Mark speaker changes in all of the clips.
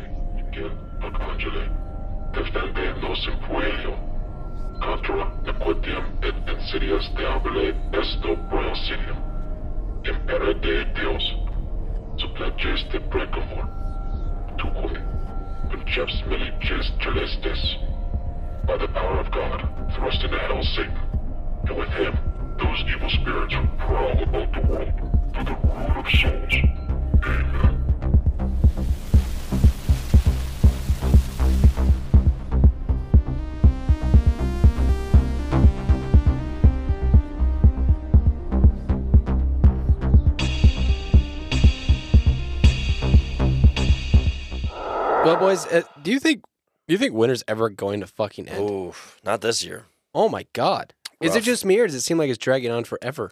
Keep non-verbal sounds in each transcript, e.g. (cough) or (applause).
Speaker 1: Sergio, Arcangele, defendernos en cuello. Contra nequitiam et insidias deabile esto proesidium. Impere de Deus, supleges de precavor. Tuque, conceps milices celestes. By the power of God, thrust into hell Satan, and with him, those evil spirits who prowl about the world for the ruin of souls. Amen.
Speaker 2: Well, boys, uh, do you think do you think winter's ever going to fucking end?
Speaker 3: Oof, not this year.
Speaker 2: Oh my god. Is it
Speaker 3: Oh. Rough.
Speaker 2: just me or does it seem like it's dragging on forever?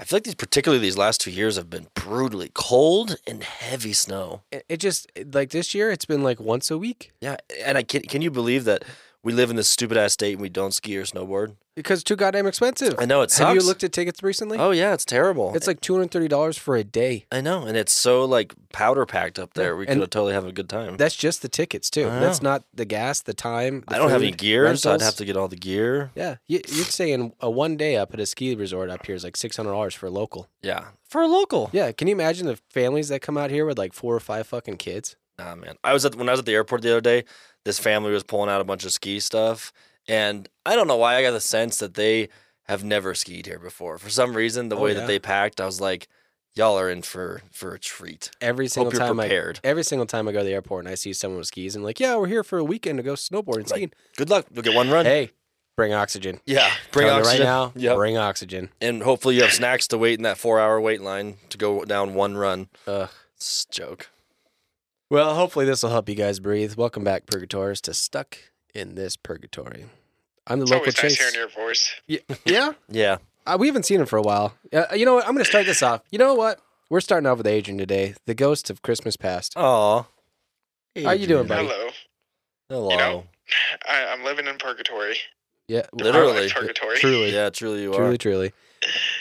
Speaker 3: I feel like these, particularly these last two years, have been brutally cold and heavy snow.
Speaker 2: It, it just like this year it's been like once a week
Speaker 3: Yeah, and I can. Can you believe that we live in this stupid ass state and we don't ski or snowboard?
Speaker 2: because it's too goddamn expensive.
Speaker 3: I know it sucks.
Speaker 2: Have you looked at tickets recently?
Speaker 3: oh yeah, it's terrible.
Speaker 2: It's like two hundred thirty dollars for a day.
Speaker 3: I know, and it's so like powder packed up there. We
Speaker 2: And-
Speaker 3: could have totally have a good time.
Speaker 2: That's just the tickets too.
Speaker 3: I
Speaker 2: That's
Speaker 3: know.
Speaker 2: not the gas, the time. the
Speaker 3: I don't have any
Speaker 2: food,
Speaker 3: gear, so I'd
Speaker 2: rentals.
Speaker 3: have to get all the gear.
Speaker 2: Yeah, you, you're saying a one day up at a ski resort up here is like six hundred dollars for a local.
Speaker 3: Yeah, for a local.
Speaker 2: Yeah, can you imagine the families that come out here with like four or five fucking kids?
Speaker 3: Nah, man. I was at when I was at the airport the other day. This family was pulling out a bunch of ski stuff, and I don't know why I got the sense that they have never skied here before. For some reason, the
Speaker 2: Oh,
Speaker 3: way
Speaker 2: yeah.
Speaker 3: that they packed, I was like, "Y'all are in for for a treat."
Speaker 2: Every single
Speaker 3: Hope you're
Speaker 2: time
Speaker 3: prepared.
Speaker 2: I every single time I go to the airport and I see someone with skis, I'm like, yeah, we're here for a weekend to go snowboarding, skiing.
Speaker 3: Good luck. You'll get one run.
Speaker 2: hey, bring oxygen.
Speaker 3: Yeah, bring
Speaker 2: Telling you
Speaker 3: oxygen
Speaker 2: right now.
Speaker 3: Yep.
Speaker 2: Bring oxygen.
Speaker 3: and hopefully you have snacks to wait in that four-hour wait line to go down one run.
Speaker 2: Ugh.
Speaker 3: It's a joke.
Speaker 2: Well, hopefully this will help you guys breathe. Welcome back, Purgatorians, to Stuck in This Purgatory. I'm the
Speaker 4: It's
Speaker 2: local
Speaker 4: always nice
Speaker 2: chase.
Speaker 4: hearing your voice.
Speaker 2: (laughs) yeah,
Speaker 3: Yeah.
Speaker 2: Uh, we haven't seen him for a while. Uh, you know what? I'm going to start this off. You know what? We're starting off with Adrian today, the ghost of Christmas past.
Speaker 3: Aw.
Speaker 2: How you doing, buddy?
Speaker 4: Hello.
Speaker 3: Hello.
Speaker 4: know? I, I'm living in purgatory.
Speaker 2: Yeah,
Speaker 4: I like
Speaker 3: Literally.
Speaker 4: purgatory.
Speaker 2: truly,
Speaker 3: Yeah, truly you
Speaker 2: truly, truly.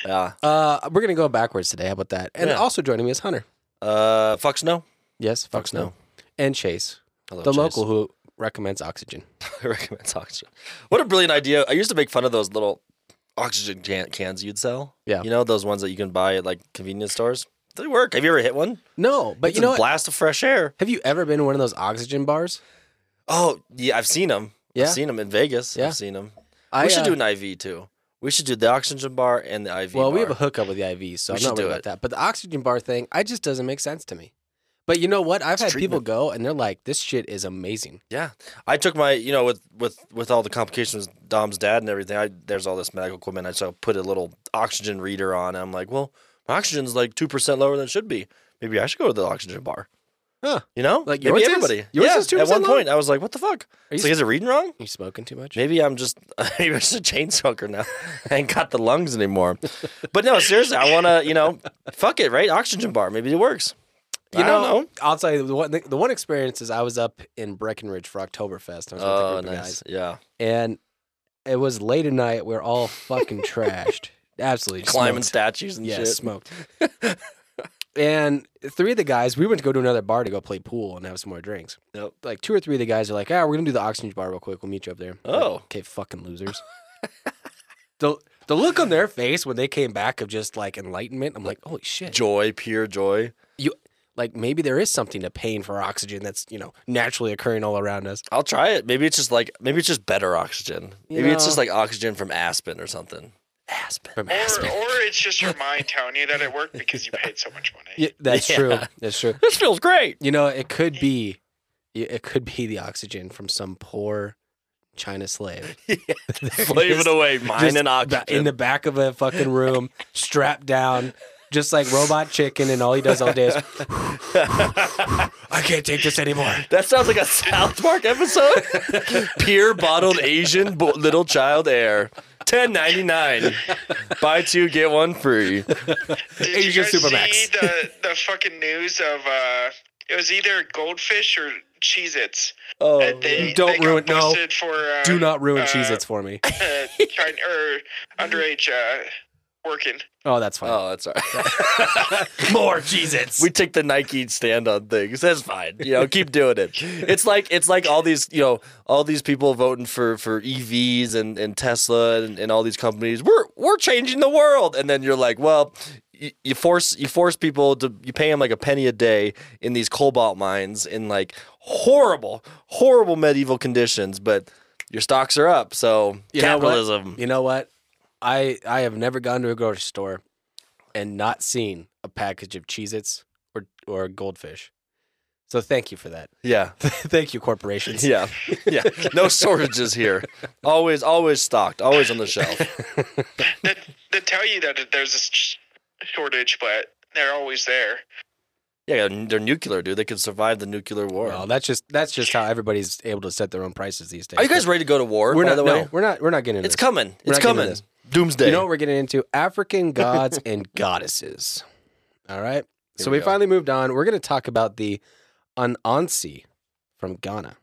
Speaker 3: are. Yeah.
Speaker 2: Uh, we're going to go backwards today. How about that? And
Speaker 3: Yeah.
Speaker 2: also joining me is Hunter.
Speaker 3: Uh, fuck snow.
Speaker 2: Yes, Fox
Speaker 3: Snow.
Speaker 2: No, and Chase,
Speaker 3: Hello,
Speaker 2: the
Speaker 3: Chase.
Speaker 2: local who recommends oxygen.
Speaker 3: (laughs) I recommend oxygen. What a brilliant idea! I used to make fun of those little oxygen can- cans you'd sell.
Speaker 2: Yeah.
Speaker 3: you know those ones that you can buy at like convenience stores. They work. Have you ever hit one?
Speaker 2: No, but
Speaker 3: It's
Speaker 2: you know
Speaker 3: a
Speaker 2: what?
Speaker 3: blast of fresh air.
Speaker 2: Have you ever been to one of those oxygen bars?
Speaker 3: Oh yeah, I've seen them.
Speaker 2: Yeah.
Speaker 3: I've seen them in Vegas.
Speaker 2: Yeah.
Speaker 3: I've seen them.
Speaker 2: I,
Speaker 3: we should
Speaker 2: uh,
Speaker 3: do an IV too. We should do the oxygen bar and the IV.
Speaker 2: Well, we have a
Speaker 3: bar.
Speaker 2: hookup with the IVs, so
Speaker 3: We
Speaker 2: I'm not
Speaker 3: should
Speaker 2: worried
Speaker 3: do
Speaker 2: about
Speaker 3: it.
Speaker 2: that. But the oxygen bar thing, I just doesn't make sense to me. But you know what? I've had people
Speaker 3: treatment.
Speaker 2: go and they're like, "This shit is amazing."
Speaker 3: Yeah, I took my you know with with with all the complications with Dom's dad and everything. I there's all this medical equipment. I so I put a little oxygen reader on. And I'm like, well, my oxygen's like two percent lower than it should be. Maybe I should go to the oxygen bar.
Speaker 2: Huh.
Speaker 3: You know,
Speaker 2: Like
Speaker 3: maybe
Speaker 2: yours is?
Speaker 3: everybody.
Speaker 2: Yours
Speaker 3: yeah.
Speaker 2: is
Speaker 3: at
Speaker 2: 2%
Speaker 3: one
Speaker 2: lower?
Speaker 3: point, I was like, what the fuck?
Speaker 2: Are
Speaker 3: It's
Speaker 2: you-
Speaker 3: like, is it reading wrong?
Speaker 2: You smoking too much?
Speaker 3: Maybe I'm just (laughs) maybe I'm just a chain smoker now. (laughs) I ain't got the lungs anymore. But no, seriously, I want to you know, fuck it, right? Oxygen bar. Maybe it works.
Speaker 2: You
Speaker 3: I don't know.
Speaker 2: I'll tell you the one. The one experience is I was up in Breckenridge for Oktoberfest. I was with a
Speaker 3: Oh,
Speaker 2: group of
Speaker 3: nice.
Speaker 2: guys,
Speaker 3: Yeah,
Speaker 2: and it was late at night. We are all fucking
Speaker 3: (laughs)
Speaker 2: trashed, absolutely
Speaker 3: climbing
Speaker 2: smoked.
Speaker 3: statues and
Speaker 2: yeah,
Speaker 3: shit.
Speaker 2: smoked. (laughs) and three of the guys, we went to go to another bar to go play pool and have some more drinks.
Speaker 3: Yep.
Speaker 2: Like two or three of the guys are like, "Ah, we're gonna do the oxygen bar real quick. We'll meet you up there." I'm like,
Speaker 3: Oh.
Speaker 2: okay, fucking
Speaker 3: (laughs)
Speaker 2: losers. the the look on their face when they came back of just like enlightenment. I'm like, holy shit.
Speaker 3: joy, pure joy.
Speaker 2: you like maybe there is something to paying for oxygen that's you know naturally occurring all around us.
Speaker 3: I'll try it. Maybe it's just like maybe it's just better oxygen.
Speaker 2: You
Speaker 3: maybe it's just
Speaker 2: know.
Speaker 3: like oxygen from Aspen or something. Aspen.
Speaker 2: From
Speaker 4: Or,
Speaker 2: Aspen.
Speaker 4: or it's just
Speaker 2: (laughs)
Speaker 4: your mind telling you that it worked because you paid so much money.
Speaker 2: Yeah, that's
Speaker 3: (laughs) Yeah.
Speaker 2: true. That's true.
Speaker 3: This feels (laughs) great.
Speaker 2: You know, it could be, it could be the oxygen from some poor China slave.
Speaker 3: (laughs) Slave it away, mine
Speaker 2: Just
Speaker 3: and oxygen.
Speaker 2: ba- in the back of a fucking room, strapped down, just like robot chicken, and all he does all day is, I can't take this anymore.
Speaker 3: that sounds like a South Park episode. (laughs) Pure bottled Asian bo- little child air. Ten ninety (laughs) nine. Buy two get one free.
Speaker 4: Did
Speaker 2: Asian
Speaker 4: you guys
Speaker 2: Supermax.
Speaker 4: see the, the fucking news of uh, it was either goldfish or Cheez Its?
Speaker 3: Oh,
Speaker 4: they,
Speaker 2: Don't
Speaker 4: they got
Speaker 2: ruin- no.
Speaker 4: busted For, uh,
Speaker 2: Do not ruin
Speaker 4: uh,
Speaker 2: Cheez Its for me.
Speaker 4: uh, trying, or underage uh, working.
Speaker 2: Oh, that's fine.
Speaker 3: Oh, that's all right.
Speaker 2: More Jesus.
Speaker 3: we take the Nike stand on things. That's fine. You know, keep doing it. It's like it's like all these you know all these people voting for for EVs and and Tesla and, and all these companies. We're we're changing the world, and then you're like, well. You, you force you force people to you pay them like a penny a day in these cobalt mines in like horrible horrible medieval conditions, but your stocks are up. So
Speaker 2: You know what?
Speaker 3: capitalism.
Speaker 2: You know what? I I have never gone to a grocery store and not seen a package of Cheez-Its or or goldfish. So thank you for
Speaker 3: (laughs)
Speaker 2: that.
Speaker 3: Yeah,
Speaker 2: thank you, (laughs) corporations.
Speaker 3: yeah, yeah. No shortages here. Always always stocked. Always on the shelf.
Speaker 4: That they tell you that there's a sh- shortage, but they're always there.
Speaker 3: Yeah, they're they're nuclear, dude. They could survive the nuclear war.
Speaker 2: Well, that's just that's just how everybody's able to set their own prices these days.
Speaker 3: Are you guys
Speaker 2: But
Speaker 3: ready to go to war?
Speaker 2: We're
Speaker 3: by
Speaker 2: not.
Speaker 3: the way,
Speaker 2: No, we're not. We're not getting. into
Speaker 3: it's
Speaker 2: this.
Speaker 3: coming.
Speaker 2: We're
Speaker 3: It's
Speaker 2: not getting
Speaker 3: coming.
Speaker 2: into
Speaker 3: Doomsday.
Speaker 2: You know what we're getting into? African gods and (laughs) goddesses. All right.
Speaker 3: Here
Speaker 2: so
Speaker 3: we
Speaker 2: we,
Speaker 3: go.
Speaker 2: finally moved on. We're going to talk about the Anansi from Ghana.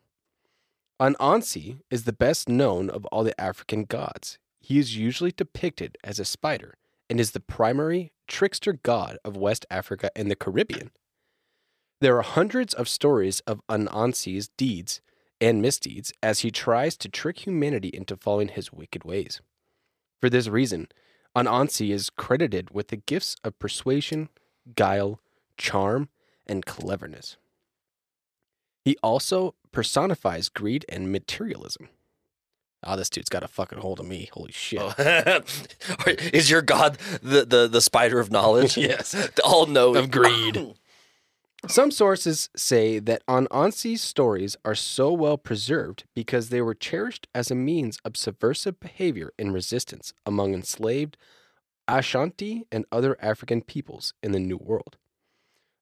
Speaker 2: Anansi is the best known of all the African gods. He is usually depicted as a spider and is the primary trickster god of West Africa and the Caribbean. There are hundreds of stories of Anansi's deeds and misdeeds as he tries to trick humanity into following his wicked ways. For this reason, Anansi is credited with the gifts of persuasion, guile, charm, and cleverness. He also personifies greed and materialism. Ah, this dude's got a fucking hold of me. Holy shit.
Speaker 3: (laughs) Oh. Is your god the, the, the spider
Speaker 2: (laughs)
Speaker 3: of knowledge? yes. All know
Speaker 2: Of greed. Some sources say that Anansi's stories are so well preserved because they were cherished as a means of subversive behavior and resistance among enslaved Ashanti and other African peoples in the New World.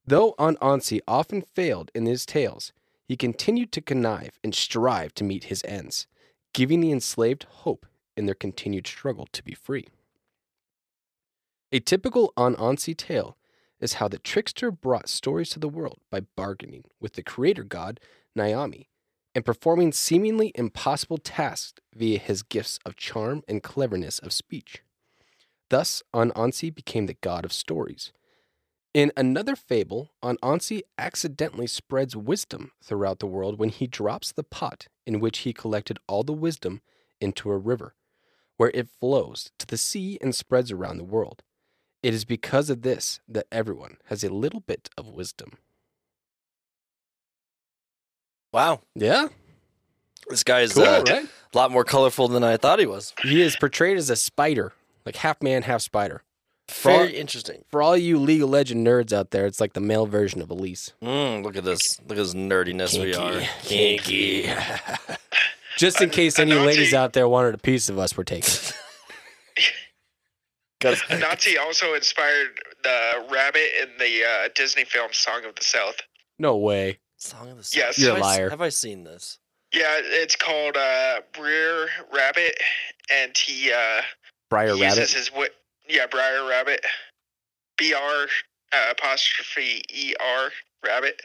Speaker 2: Though Anansi often failed in his tales, he continued to connive and strive to meet his ends, giving the enslaved hope in their continued struggle to be free. A typical Anansi tale is how the trickster brought stories to the world by bargaining with the creator god Naomi and performing seemingly impossible tasks via his gifts of charm and cleverness of speech. Thus, Anansi became the god of stories. In another fable, Anansi accidentally spreads wisdom throughout the world when he drops the pot in which he collected all the wisdom into a river, where it flows to the sea and spreads around the world. It is because of this that everyone has a little bit of wisdom.
Speaker 3: (clears throat) Wow.
Speaker 2: Yeah,
Speaker 3: This guy is
Speaker 2: cool,
Speaker 3: uh,
Speaker 2: right?
Speaker 3: a lot more colorful than I thought he was.
Speaker 2: He is portrayed as a spider, like half man, half spider.
Speaker 3: Very interesting.
Speaker 2: For all you League of Legend nerds out there, it's like the male version of Elise.
Speaker 3: Mm, look at this. Look at this nerdiness we are.
Speaker 2: kinky. (laughs) Just (laughs) in case any
Speaker 4: Anansi-
Speaker 2: ladies out there wanted a piece of us, we're taking. (laughs) it.
Speaker 3: Guys,
Speaker 4: (laughs) Nazi also inspired the rabbit in the uh, Disney film Song of the South.
Speaker 2: No way.
Speaker 3: Song of the South.
Speaker 4: Yes.
Speaker 2: You're a
Speaker 3: Have I s-
Speaker 2: liar.
Speaker 3: Have I seen this?
Speaker 4: Yeah, it's called uh, Breer Rabbit, and he uh,
Speaker 2: Briar
Speaker 4: uses
Speaker 2: Rabbit.
Speaker 4: his wit. Yeah, Briar Rabbit. B R uh, apostrophe E R Rabbit.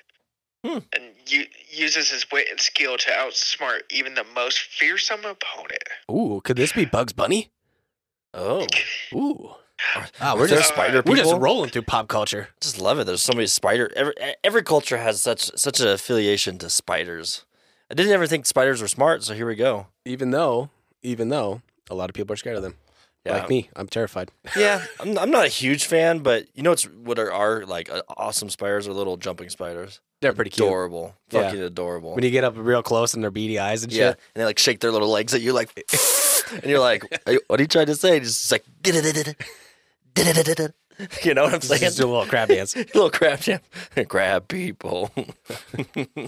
Speaker 3: Hmm.
Speaker 4: And u- uses his wit and skill to outsmart even the most fearsome opponent.
Speaker 2: Ooh, could this be Bugs Bunny?
Speaker 3: Oh.
Speaker 2: Ooh. Wow,
Speaker 3: Is
Speaker 2: Ah, we're
Speaker 3: there
Speaker 2: just
Speaker 3: spider people?
Speaker 2: we're just rolling through pop culture.
Speaker 3: just love it. There's so many spider. Every e, every culture has such such an affiliation to spiders. I didn't ever think spiders were smart, so here we go.
Speaker 2: Even though, even though a lot of people are scared of them. Like me, I'm terrified.
Speaker 3: yeah. (laughs) I'm, I'm not a huge fan, but you know what's what are, are like uh, awesome spiders are little jumping spiders.
Speaker 2: They're pretty cute.
Speaker 3: Adorable,
Speaker 2: Yeah.
Speaker 3: fucking adorable.
Speaker 2: When you get up real close and their beady eyes and
Speaker 3: yeah,
Speaker 2: shit.
Speaker 3: and they like shake their little legs at you,
Speaker 2: (laughs)
Speaker 3: like, (laughs) and you're like, "Are you- "What are you trying to say?" Just like, (laughs) you know what I'm
Speaker 2: Like,
Speaker 3: saying?
Speaker 2: just do a little crab dance.
Speaker 3: (laughs) little crab jam. Grab people. (laughs)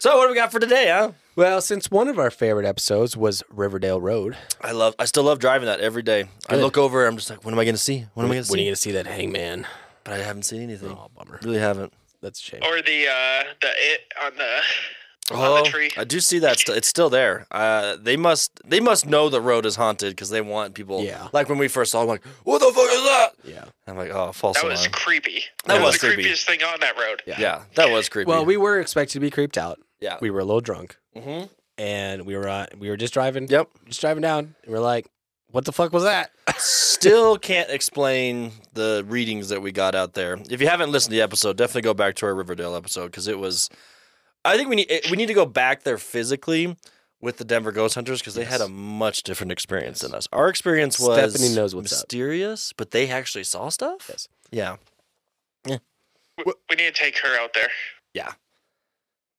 Speaker 3: so what do we got for today, huh?
Speaker 2: (laughs) Well, since one of our favorite episodes was Riverdale Road,
Speaker 3: I love. I still love driving that every day. I
Speaker 2: Good.
Speaker 3: look over. I'm just like, when am I going to see? When am I going to
Speaker 2: when are you
Speaker 3: see?
Speaker 2: gonna see that hangman?
Speaker 3: But I haven't seen anything.
Speaker 2: Oh, bummer.
Speaker 3: Really haven't.
Speaker 2: That's a shame.
Speaker 4: Or the uh, the it on the
Speaker 3: Oh,
Speaker 4: tree.
Speaker 3: I do see that. St- it's still there. Uh, they must. They must know the road is haunted because they want people.
Speaker 2: Yeah.
Speaker 3: Like when we first saw, it, I'm like, what the fuck is that?
Speaker 2: Yeah.
Speaker 3: I'm like, oh, false
Speaker 4: that
Speaker 3: alarm.
Speaker 4: was creepy.
Speaker 3: That was
Speaker 4: the
Speaker 3: creepy.
Speaker 4: creepiest thing on that road.
Speaker 2: Yeah.
Speaker 3: yeah, that was creepy.
Speaker 2: Well, we were expected to be creeped out.
Speaker 3: Yeah.
Speaker 2: We were a little drunk,
Speaker 3: Mhm.
Speaker 2: and we were on, we were just driving,
Speaker 3: Yep.
Speaker 2: just driving down, and we're like, What the fuck was that?
Speaker 3: Still can't explain the readings that we got out there. If you haven't listened to the episode, definitely go back to our Riverdale episode because it was. I think we need we need to go back there physically with the Denver Ghost Hunters because they had a much different experience than us. Our experience was
Speaker 2: Stephanie knows what's up.
Speaker 3: mysterious, but they actually saw stuff.
Speaker 2: Yes.
Speaker 3: Yeah.
Speaker 4: W- We need to take her out there.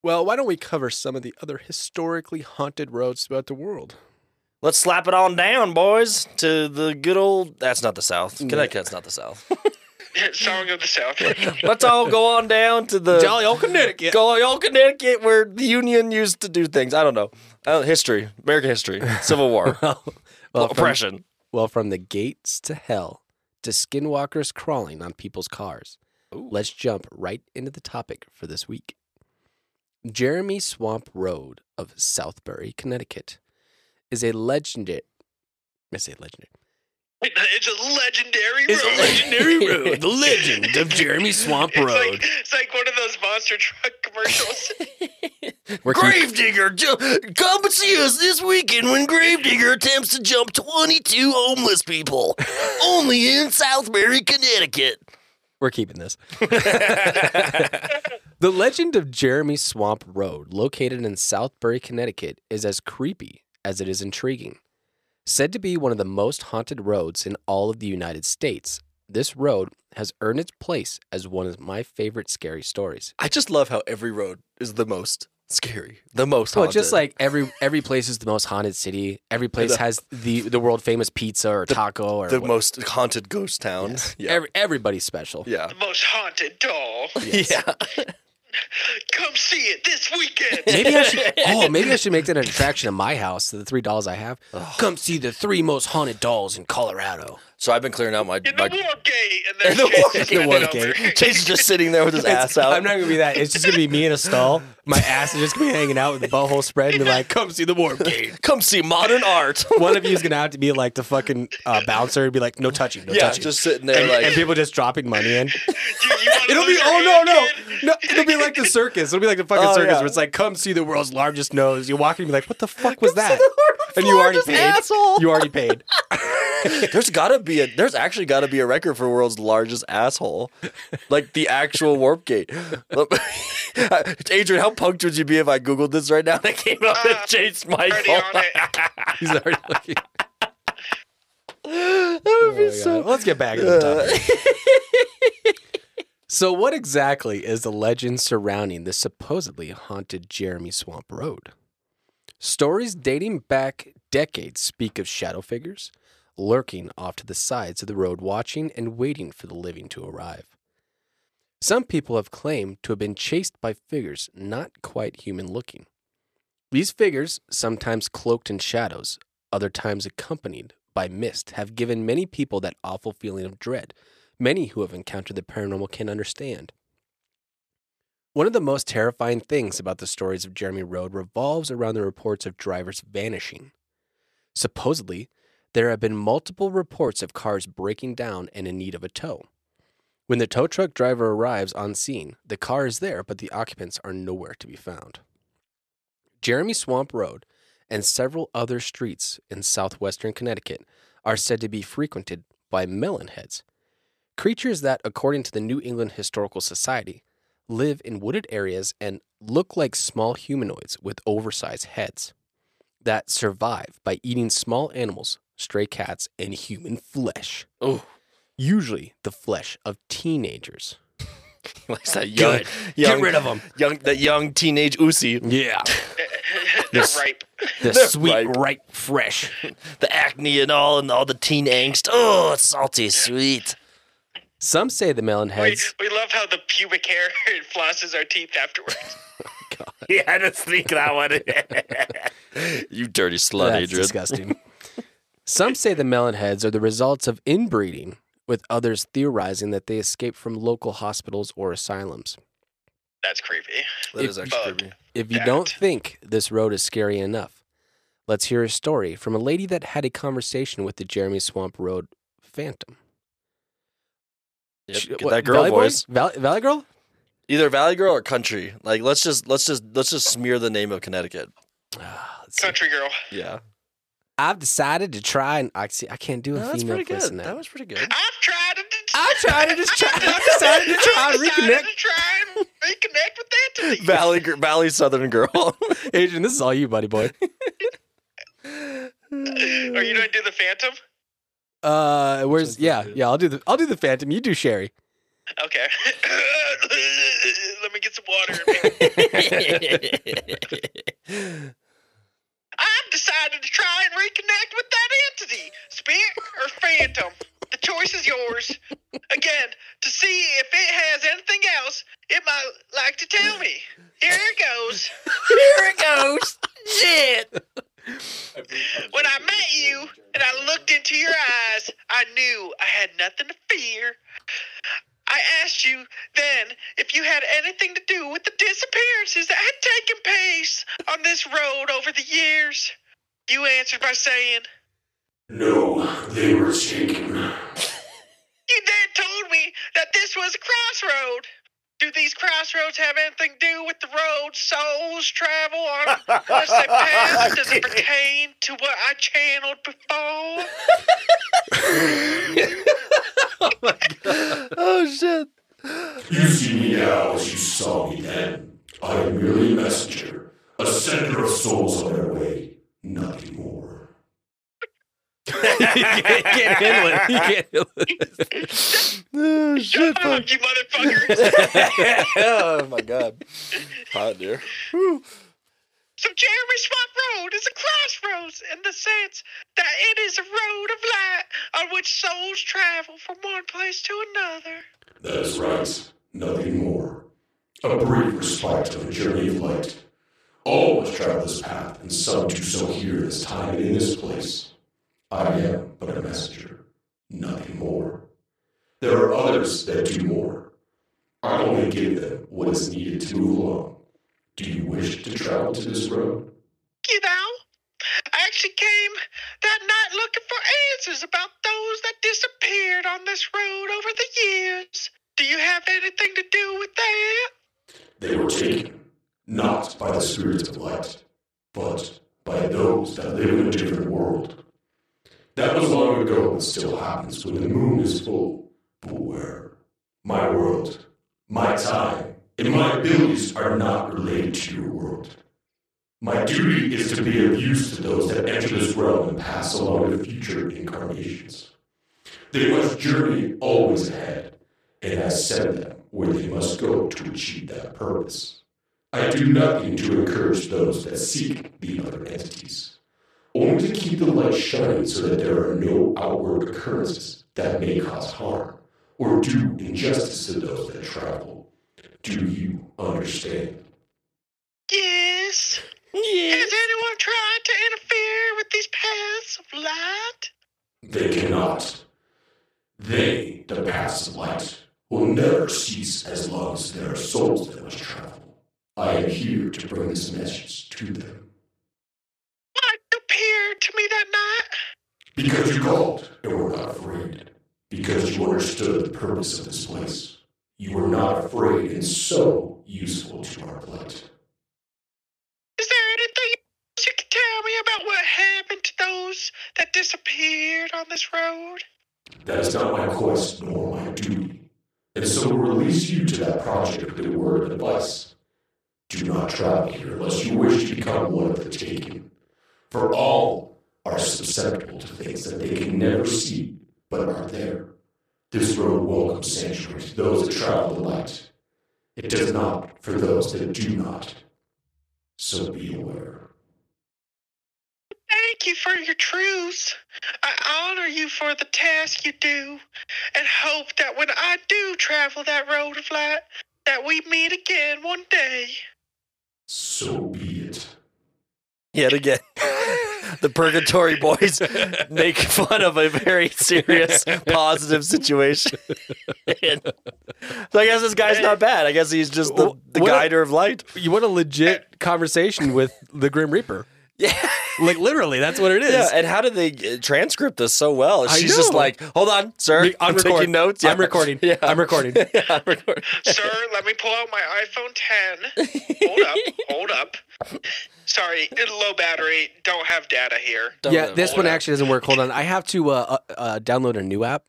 Speaker 2: Well, why don't we cover some of the other historically haunted roads throughout the world?
Speaker 3: Let's slap it on down, boys, to the good old. That's not the South.
Speaker 2: Yeah.
Speaker 3: Connecticut's not the South.
Speaker 4: (laughs) Song of the South.
Speaker 3: Let's all go on down to the
Speaker 2: old Connecticut.
Speaker 3: Jolly old Connecticut, where the Union used to do things. I don't know. Uh, history, American history,
Speaker 2: (laughs)
Speaker 3: Civil War,
Speaker 2: (laughs) well, from,
Speaker 3: oppression.
Speaker 2: well, from the gates to hell to skinwalkers crawling on people's cars.
Speaker 3: Ooh.
Speaker 2: Let's jump right into the topic for this week. Jeremy Swamp Road of Southbury, Connecticut, is a legendary. I say legendary.
Speaker 4: (laughs) It's a legendary
Speaker 3: It's a
Speaker 4: road.
Speaker 3: legendary road, (laughs)
Speaker 2: the legend of Jeremy Swamp
Speaker 4: It's like, it's like one of those monster truck
Speaker 2: (laughs)
Speaker 4: commercials.
Speaker 2: We're con-
Speaker 3: Gravedigger, ju- come and see us this weekend when Gravedigger attempts to jump 22
Speaker 2: (laughs)
Speaker 3: homeless people, only in Southbury, Connecticut.
Speaker 2: We're keeping this. the legend of Jeremy Swamp Road, located in Southbury, Connecticut, is as creepy as it is intriguing. Said to be one of the most haunted roads in all of the United States, this road has earned its place as one of my favorite scary stories.
Speaker 3: I just love how every road is the most scary, the most
Speaker 2: Well,
Speaker 3: haunted.
Speaker 2: just like every every place is the most haunted city. Every place
Speaker 3: The-
Speaker 2: has the the world famous pizza or taco or
Speaker 3: the
Speaker 2: what-
Speaker 3: most haunted ghost town.
Speaker 2: Yes.
Speaker 3: Yeah.
Speaker 2: Every, everybody's special.
Speaker 3: yeah.
Speaker 4: the most haunted doll.
Speaker 3: Yeah.
Speaker 4: Come see it this weekend.
Speaker 2: Maybe I (laughs) should. Oh, maybe I should make that an attraction in my house. The three dolls I have. Come see the three most haunted dolls in Colorado.
Speaker 3: So I've been clearing out my.
Speaker 4: In the
Speaker 3: my
Speaker 4: war gate. And then
Speaker 3: In the war-
Speaker 4: Jason's
Speaker 2: in the war
Speaker 4: bending over.
Speaker 3: (laughs) Chase is just sitting there with his ass
Speaker 2: (laughs)
Speaker 3: out.
Speaker 2: I'm not gonna be that. It's just gonna be me in a stall. My ass is just gonna be hanging out with the butthole spread and be like, "Come see the warp game."
Speaker 3: Come see modern art.
Speaker 2: One of you is gonna have to be like the fucking uh, bouncer and be like, "No touching, no
Speaker 3: yeah,
Speaker 2: touching."
Speaker 3: just sitting there
Speaker 2: and,
Speaker 3: like
Speaker 2: and (laughs) people just dropping money in.
Speaker 4: (laughs) You- you wanna
Speaker 2: It'll
Speaker 3: (laughs)
Speaker 2: be
Speaker 4: lose your
Speaker 2: oh no
Speaker 4: hand,
Speaker 2: no
Speaker 4: kid?
Speaker 2: no. It'll be like the circus. It'll be like the fucking
Speaker 3: Oh,
Speaker 2: circus
Speaker 3: yeah.
Speaker 2: where it's like, "Come see the world's largest nose." You walk in, and be like, "What the fuck
Speaker 3: (laughs)
Speaker 2: was (laughs) that?" And you already
Speaker 3: largest
Speaker 2: paid.
Speaker 3: asshole.
Speaker 2: You already paid.
Speaker 3: there's gotta be a there's actually gotta be a record for world's largest asshole. Like the actual warp gate. (laughs) Adrian, how punked would you be if I Googled this right now (laughs) and it came up
Speaker 4: Uh,
Speaker 3: that Chase
Speaker 4: Already
Speaker 3: Michael?
Speaker 4: on
Speaker 3: (laughs)
Speaker 2: (laughs)
Speaker 4: it. (laughs)
Speaker 2: He's already looking.
Speaker 3: that would be
Speaker 2: Oh my
Speaker 3: (laughs) so
Speaker 2: God. Let's get back to the topic. so, what exactly is the legend surrounding the supposedly haunted Jeremy Swamp Road? Stories dating back decades speak of shadow figures lurking off to the sides of the road, watching and waiting for the living to arrive. Some people have claimed to have been chased by figures not quite human looking. These figures, sometimes cloaked in shadows, other times accompanied by mist, have given many people that awful feeling of dread many who have encountered the paranormal can understand. One of the most terrifying things about the stories of Jeremy Road revolves around the reports of drivers vanishing. Supposedly, there have been multiple reports of cars breaking down and in need of a tow. When the tow truck driver arrives on scene, the car is there, but the occupants are nowhere to be found. Jeremy Swamp Road and several other streets in southwestern Connecticut are said to be frequented by melonheads, creatures that, according to the New England Historical Society, live in wooded areas and look like small humanoids with oversized heads that survive by eating small animals, stray cats, and human flesh.
Speaker 3: Oh.
Speaker 2: Usually the flesh of teenagers.
Speaker 3: (laughs) What's that young,
Speaker 2: Good.
Speaker 3: young
Speaker 2: Get rid of them.
Speaker 3: young that young teenage Usi.
Speaker 2: Yeah.
Speaker 4: They're
Speaker 2: Yes.
Speaker 4: ripe.
Speaker 2: (laughs) The
Speaker 3: They're
Speaker 2: sweet,
Speaker 3: ripe.
Speaker 2: ripe, fresh.
Speaker 3: (laughs) The acne and all and all the teen angst. Oh, it's salty, sweet.
Speaker 2: Some say the melon
Speaker 4: We,
Speaker 2: heads.
Speaker 4: we love how the pubic hair (laughs) flosses our teeth afterwards.
Speaker 3: Yeah, I just think that one. you dirty slut,
Speaker 2: That's disgusting. (laughs) Some say the melon heads are the results of inbreeding, with others theorizing that they escaped from local hospitals or asylums.
Speaker 4: That's creepy.
Speaker 3: That is actually creepy.
Speaker 2: If you
Speaker 4: That.
Speaker 2: don't think this road is scary enough, let's hear a story from a lady that had a conversation with the Jeremy Swamp Road Phantom.
Speaker 3: Yep,
Speaker 2: She-
Speaker 3: get
Speaker 2: what,
Speaker 3: that girl
Speaker 2: Valley Boy?
Speaker 3: voice.
Speaker 2: Val- Valley Girl?
Speaker 3: Either Valley Girl or Country. Like let's just let's just let's just smear the name of Connecticut.
Speaker 2: Ah, let's see.
Speaker 4: Country girl.
Speaker 3: Yeah.
Speaker 2: I've decided to try and I see I can't do a
Speaker 3: No, that's
Speaker 2: female
Speaker 3: pretty
Speaker 2: voice
Speaker 3: good.
Speaker 2: in
Speaker 3: That was pretty (laughs) good.
Speaker 4: I've tried to.
Speaker 2: I tried
Speaker 4: (laughs)
Speaker 2: to just try. I decided to try and
Speaker 4: I've decided
Speaker 2: reconnect.
Speaker 4: to try and reconnect with
Speaker 2: (laughs)
Speaker 4: Anthony.
Speaker 3: Valley gr- Valley Southern (laughs) Girl.
Speaker 2: Adrian, this is all you, buddy boy.
Speaker 4: Are you going to do the Phantom?
Speaker 2: Uh, where's
Speaker 3: Sounds pretty
Speaker 2: yeah
Speaker 3: good.
Speaker 2: yeah I'll do the I'll do the Phantom. You do Sherry.
Speaker 4: Okay. (laughs) Let me get some water. in me.
Speaker 3: (laughs)
Speaker 4: I've decided to try and reconnect with that entity, spirit or phantom. The choice is yours. Again, to see if it has anything else it might like to tell me. Here it goes.
Speaker 3: Here it
Speaker 2: (laughs)
Speaker 3: goes. Shit.
Speaker 4: When I met you and I looked into your eyes, I knew I had nothing to fear. I asked you then if you had anything to do with the disappearances that had taken place on this road over the years. You answered by saying,
Speaker 1: No, they were taken.
Speaker 4: You then told me that this was a crossroad. Do these crossroads have anything to do with the road souls travel on? Does it pass? Does it pertain to what I channeled before?
Speaker 3: Oh shit.
Speaker 1: You see me now as you saw me then. I am merely a messenger, a sender of souls on their way, nothing more.
Speaker 2: you can't, can't handle it.
Speaker 3: (laughs)
Speaker 2: You can't handle it.
Speaker 3: Oh shit.
Speaker 4: Shut up, (laughs) you motherfucker.
Speaker 3: oh my god. Hot dear.
Speaker 4: so Jeremy Swamp Road is a crossroads in the sense that it is a road of light on which souls travel from one place to another.
Speaker 1: That is right, nothing more. A brief respite of a journey of light. All must travel this path, and some do so here this time and in this place. I am but a messenger, nothing more. There are others that do more. I only give them what is needed to move along. Do you wish to travel to this road?
Speaker 4: You know, I actually came that night looking for answers about those that disappeared on this road over the years. Do you have anything to do with that?
Speaker 1: They were taken, not by the spirits of light, but by those that live in a different world. That was long ago and still happens when the moon is full. Beware. My world, my time, and my abilities are not related to your world. My duty is to be of use to those that enter this realm and pass along to future incarnations. They must journey always ahead, and I send them where they must go to achieve that purpose. I do nothing to encourage those that seek the other entities, only to keep the light shining so that there are no outward occurrences that may cause harm or do injustice to those that travel. Do you understand?
Speaker 4: Yes. Has anyone tried to interfere with these paths of light?
Speaker 1: They cannot. They, the paths of light, will never cease as long as there are souls that must travel. I am here to bring this message to them.
Speaker 4: What appeared to me that night?
Speaker 1: Because you called and were not afraid. Because you understood the purpose of this place. You were not afraid and so useful to our plight.
Speaker 4: Is there anything else you can tell me about what happened to those that disappeared on this road?
Speaker 1: That is not my quest nor my duty. And so will release you to that project with a word of advice. Do not travel here unless you wish to become one of the taken. For all are susceptible to things that they can never see, but are there. This road welcomes sanctuary to those that travel the light. It does not for those that do not. So be aware.
Speaker 4: Thank you for your truths. I honor you for the task you do, and hope that when I do travel that road of light, that we meet again one day.
Speaker 1: So be it.
Speaker 3: Yet (laughs) again. The Purgatory Boys make fun of a very serious, positive situation. so I guess this guy's not bad. I guess he's just the, the
Speaker 2: What a-
Speaker 3: guider of light.
Speaker 2: You want a legit conversation with the Grim Reaper?
Speaker 3: Eh. (laughs) Yeah.
Speaker 2: Like literally, that's what it is.
Speaker 3: Yeah, and how did they uh, transcript this so well?
Speaker 2: I
Speaker 3: She's just
Speaker 2: know.
Speaker 3: like, hold on, sir.
Speaker 2: Me-
Speaker 3: I'm,
Speaker 2: recording.
Speaker 3: taking notes.
Speaker 2: I'm
Speaker 3: (laughs)
Speaker 2: recording.
Speaker 3: Yeah.
Speaker 2: I'm recording.
Speaker 3: Yeah, I'm recording.
Speaker 4: Sir, let me pull out my iPhone 10. Hold up, hold up. sorry, low battery. Don't have data here.
Speaker 3: Don't
Speaker 2: yeah,
Speaker 3: know.
Speaker 2: this one actually doesn't work. Hold on, I have to uh, uh, uh, download a new app.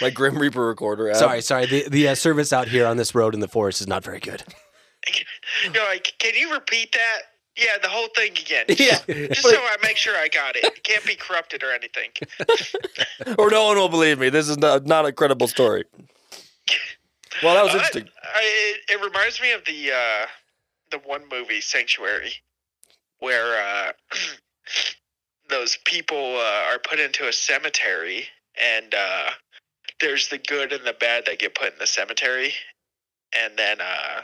Speaker 3: my Grim Reaper recorder. App.
Speaker 2: Sorry, sorry. The the uh, service out here on this road in the forest is not very
Speaker 3: (laughs)
Speaker 2: good.
Speaker 4: You're like, can you repeat that? Yeah, the whole thing again.
Speaker 2: Yeah.
Speaker 4: Just so I make sure I got it. It can't be corrupted or
Speaker 3: (laughs)
Speaker 4: anything.
Speaker 3: or no one will believe me. This is not, not a credible story. Well, that was
Speaker 4: Uh,
Speaker 3: interesting.
Speaker 4: I, it, it reminds me of the uh, the one movie Sanctuary, where uh, (clears throat) those people uh, are put into a cemetery, and uh, there's the good and the bad that get put in the cemetery, and then uh,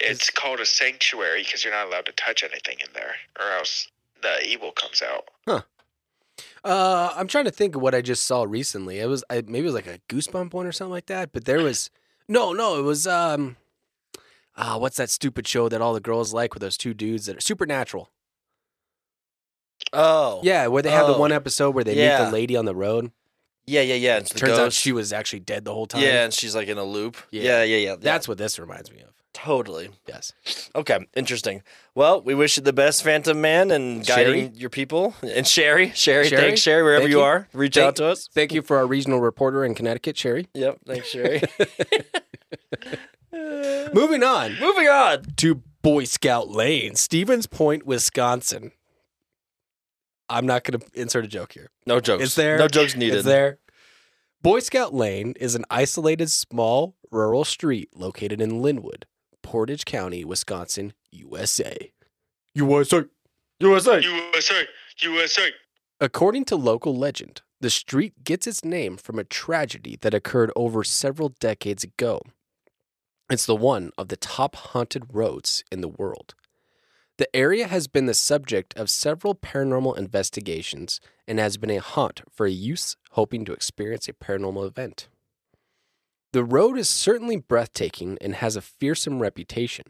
Speaker 4: it's called a sanctuary because you're not allowed to touch anything in there, or else the evil comes out.
Speaker 2: (laughs) Uh, I'm trying to think of what I just saw recently. It was I, maybe it was like a goosebump one or something like that. But there was no, no. It was um, ah, what's that stupid show that all the girls like with those two dudes that are supernatural?
Speaker 3: Oh,
Speaker 2: Yeah, where they have the
Speaker 3: Oh.
Speaker 2: one episode where they meet
Speaker 3: Yeah.
Speaker 2: the lady on the road.
Speaker 3: yeah, yeah, yeah. It's the
Speaker 2: Turns out
Speaker 3: ghost.
Speaker 2: she was actually dead the whole time.
Speaker 3: yeah, and she's like in a loop.
Speaker 2: Yeah.
Speaker 3: Yeah, yeah, yeah. yeah.
Speaker 2: that's what this reminds me of.
Speaker 3: totally
Speaker 2: Yes.
Speaker 3: okay. Interesting. Well, we wish you the best, Phantom Man, and guiding your people (laughs) and Sherry, Sherry,
Speaker 2: Sherry,
Speaker 3: thanks Sherry wherever
Speaker 2: thank
Speaker 3: you
Speaker 2: you.
Speaker 3: are. Reach
Speaker 2: Thank-
Speaker 3: out to us.
Speaker 2: Thank you for our regional reporter in Connecticut, Sherry.
Speaker 3: Yep,
Speaker 2: (laughs)
Speaker 3: thanks Sherry. (laughs)
Speaker 2: Moving on
Speaker 3: Moving on.
Speaker 2: to Boy Scout Lane, Stevens Point, Wisconsin. I'm not going to insert a joke here.
Speaker 3: No jokes.
Speaker 2: It's there.
Speaker 3: No jokes needed.
Speaker 2: It's there. Boy Scout Lane is an isolated, small, rural street located in Linwood, Portage County, Wisconsin, USA. USA.
Speaker 3: USA.
Speaker 4: USA, USA.
Speaker 2: According to local legend, the street gets its name from a tragedy that occurred over several decades ago. It's the one of the top haunted roads in the world. The area has been the subject of several paranormal investigations and has been a haunt for youths hoping to experience a paranormal event. The road is certainly breathtaking and has a fearsome reputation.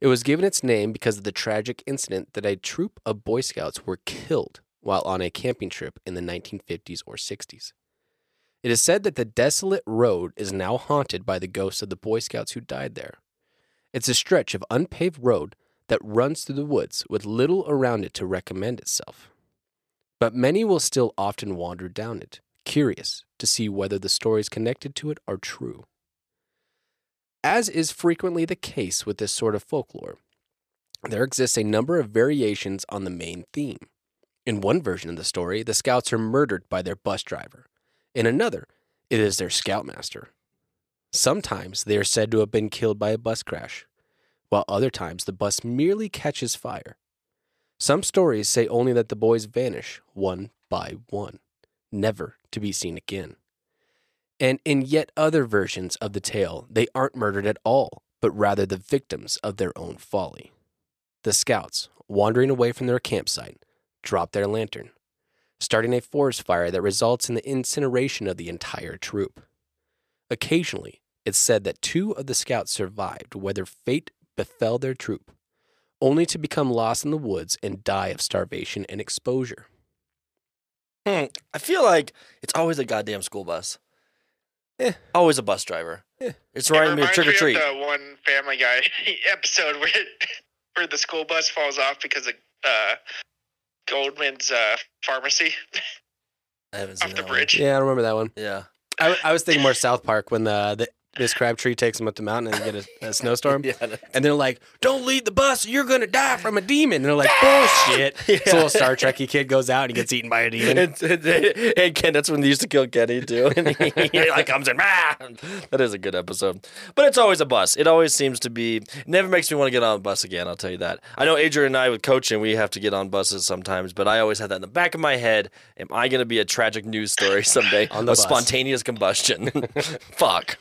Speaker 2: It was given its name because of the tragic incident that a troop of Boy Scouts were killed while on a camping trip in the 1950s or 60s. It is said that the desolate road is now haunted by the ghosts of the Boy Scouts who died there. It's a stretch of unpaved road that runs through the woods with little around it to recommend itself. But many will still often wander down it, curious to see whether the stories connected to it are true. As is frequently the case with this sort of folklore, there exists a number of variations on the main theme. In one version of the story, the scouts are murdered by their bus driver. In another, it is their scoutmaster. Sometimes they are said to have been killed by a bus crash, while other times the bus merely catches fire. Some stories say only that the boys vanish one by one, never to be seen again. And in yet other versions of the tale, they aren't murdered at all, but rather the victims of their own folly. The scouts, wandering away from their campsite, drop their lantern, starting a forest fire that results in the incineration of the entire troop. Occasionally, it's said that two of the scouts survived, whether fate befell their troop, only to become lost in the woods and die of starvation and exposure.
Speaker 3: Hmm. I feel like it's always a goddamn school bus.
Speaker 2: Eh.
Speaker 3: Always a bus driver.
Speaker 2: Eh.
Speaker 3: It's
Speaker 4: It
Speaker 3: reminding me
Speaker 4: reminds
Speaker 3: of trick or
Speaker 4: me
Speaker 3: treat.
Speaker 4: of The one Family Guy (laughs) episode where (laughs) where the school bus falls off because of uh, Goldman's uh, pharmacy
Speaker 3: I haven't seen
Speaker 4: off the
Speaker 3: that one.
Speaker 4: bridge.
Speaker 2: Yeah, I remember that one.
Speaker 3: Yeah.
Speaker 2: I, I was thinking more South Park when the, the Miss Crabtree takes them up the mountain and they get a, a snowstorm.
Speaker 3: (laughs) Yeah.
Speaker 2: And they're like, "Don't leave the bus. You're gonna die from a demon." And they're like, "Bullshit!"
Speaker 3: (laughs) Yeah.
Speaker 2: This little Star Trekky kid goes out and he gets eaten by a
Speaker 3: (laughs)
Speaker 2: demon.
Speaker 3: and, and, and Ken, that's when they used to kill Kenny too. (laughs) And he,
Speaker 2: (laughs)
Speaker 3: like comes in. "Rah!" That is a good episode. But it's always a bus. It always seems to be never makes me want to get on a bus again, I'll tell you that. I know Adrian and I with coaching, we have to get on buses sometimes, but I always have that in the back of my head. Am I gonna be a tragic news story
Speaker 2: (laughs)
Speaker 3: someday?
Speaker 2: On the
Speaker 3: of
Speaker 2: bus.
Speaker 3: spontaneous combustion. (laughs) Fuck.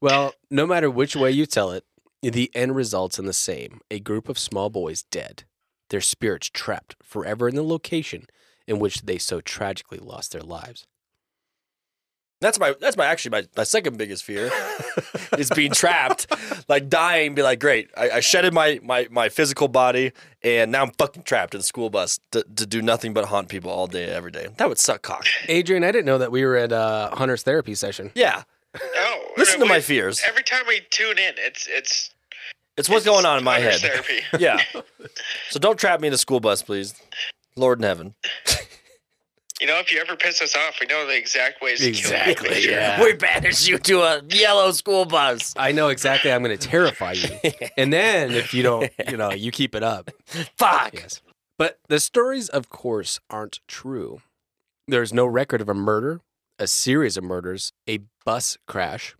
Speaker 2: Well, no matter which way you tell it, the end results in the same a group of small boys dead, their spirits trapped forever in the location in which they so tragically lost their lives.
Speaker 3: That's my that's my actually my, my second biggest fear is being trapped, like dying. Be like, great, I, I shedded my, my my physical body, and now I'm fucking trapped in the school bus to, to do nothing but haunt people all day every day. That would suck, cock.
Speaker 2: Adrian, I didn't know that we were at uh, Hunter's therapy session.
Speaker 3: Yeah,
Speaker 4: Oh,
Speaker 3: listen to
Speaker 4: we-
Speaker 3: my fears.
Speaker 4: Every time we tune in, it's it's
Speaker 3: It's what's going on in my
Speaker 4: Hunter's (laughs)
Speaker 3: head.
Speaker 4: Therapy.
Speaker 3: Yeah. So don't trap me in a school bus, please. Lord in heaven.
Speaker 4: You know, if you ever piss us off, we know the exact ways to kill you.
Speaker 2: Exactly. Yeah.
Speaker 3: We banish you to a yellow school bus.
Speaker 2: I know exactly. I'm going to terrify you. and then if you don't, you know, you keep it up.
Speaker 3: Fuck.
Speaker 2: Yes. But the stories, of course, aren't true. There's no record of a murder, a series of murders, a bus crash,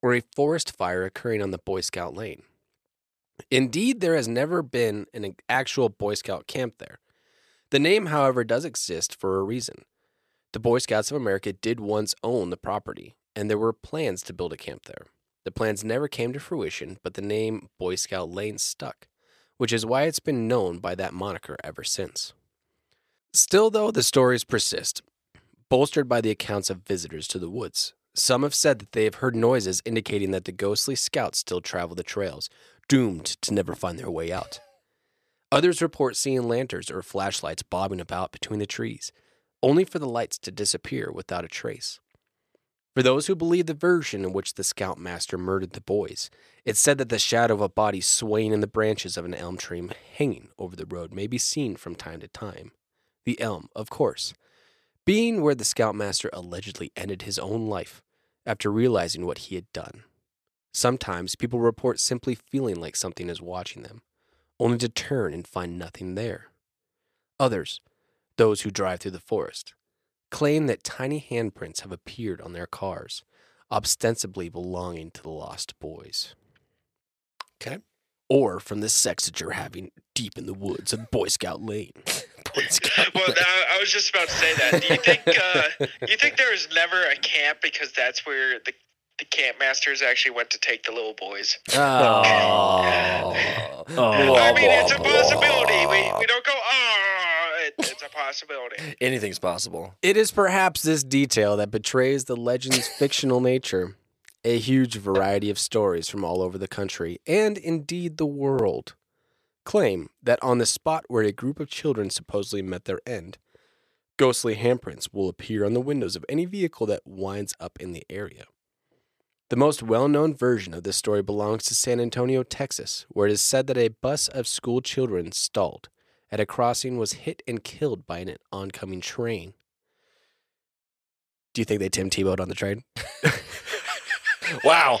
Speaker 2: or a forest fire occurring on the Boy Scout Lane. Indeed, there has never been an actual Boy Scout camp there. The name, however, does exist for a reason. The Boy Scouts of America did once own the property, and there were plans to build a camp there. The plans never came to fruition, but the name Boy Scout Lane stuck which is why it's been known by that moniker ever since. Still, though, the stories persist, bolstered by the accounts of visitors to the woods. Some have said that they have heard noises indicating that the ghostly scouts still travel the trails, doomed to never find their way out. Others report seeing lanterns or flashlights bobbing about between the trees, only for the lights to disappear without a trace. For those who believe the version in which the scoutmaster murdered the boys, it's said that the shadow of a body swaying in the branches of an elm tree hanging over the road may be seen from time to time. The elm, of course, being where the scoutmaster allegedly ended his own life after realizing what he had done. Sometimes people report simply feeling like something is watching them, only to turn and find nothing there. Others, those who drive through the forest, claim that tiny handprints have appeared on their cars, ostensibly belonging to the lost boys
Speaker 3: Okay.
Speaker 2: or from the sex that you're having deep in the woods of Boy Scout Lane. (laughs)
Speaker 3: Boy Scout.
Speaker 4: (laughs) (laughs) Well, I, I was just about to say that. Do you think uh, you think there was never a camp because that's where the the camp masters actually went to take the little boys?
Speaker 2: Ah. Oh.
Speaker 4: I mean, it's a possibility. We, we don't go. Oh, it, it's a possibility.
Speaker 3: (laughs) Anything's possible.
Speaker 2: It is perhaps this detail that betrays the legend's fictional nature. A huge variety of stories from all over the country and indeed the world claim that on the spot where a group of children supposedly met their end, ghostly handprints will appear on the windows of any vehicle that winds up in the area. The most well known version of this story belongs to San Antonio, Texas, where it is said that a bus of school children stalled at a crossing was hit and killed by an oncoming train. Do you think they Tim Tebowed on the train?
Speaker 4: Wow.
Speaker 3: Wow.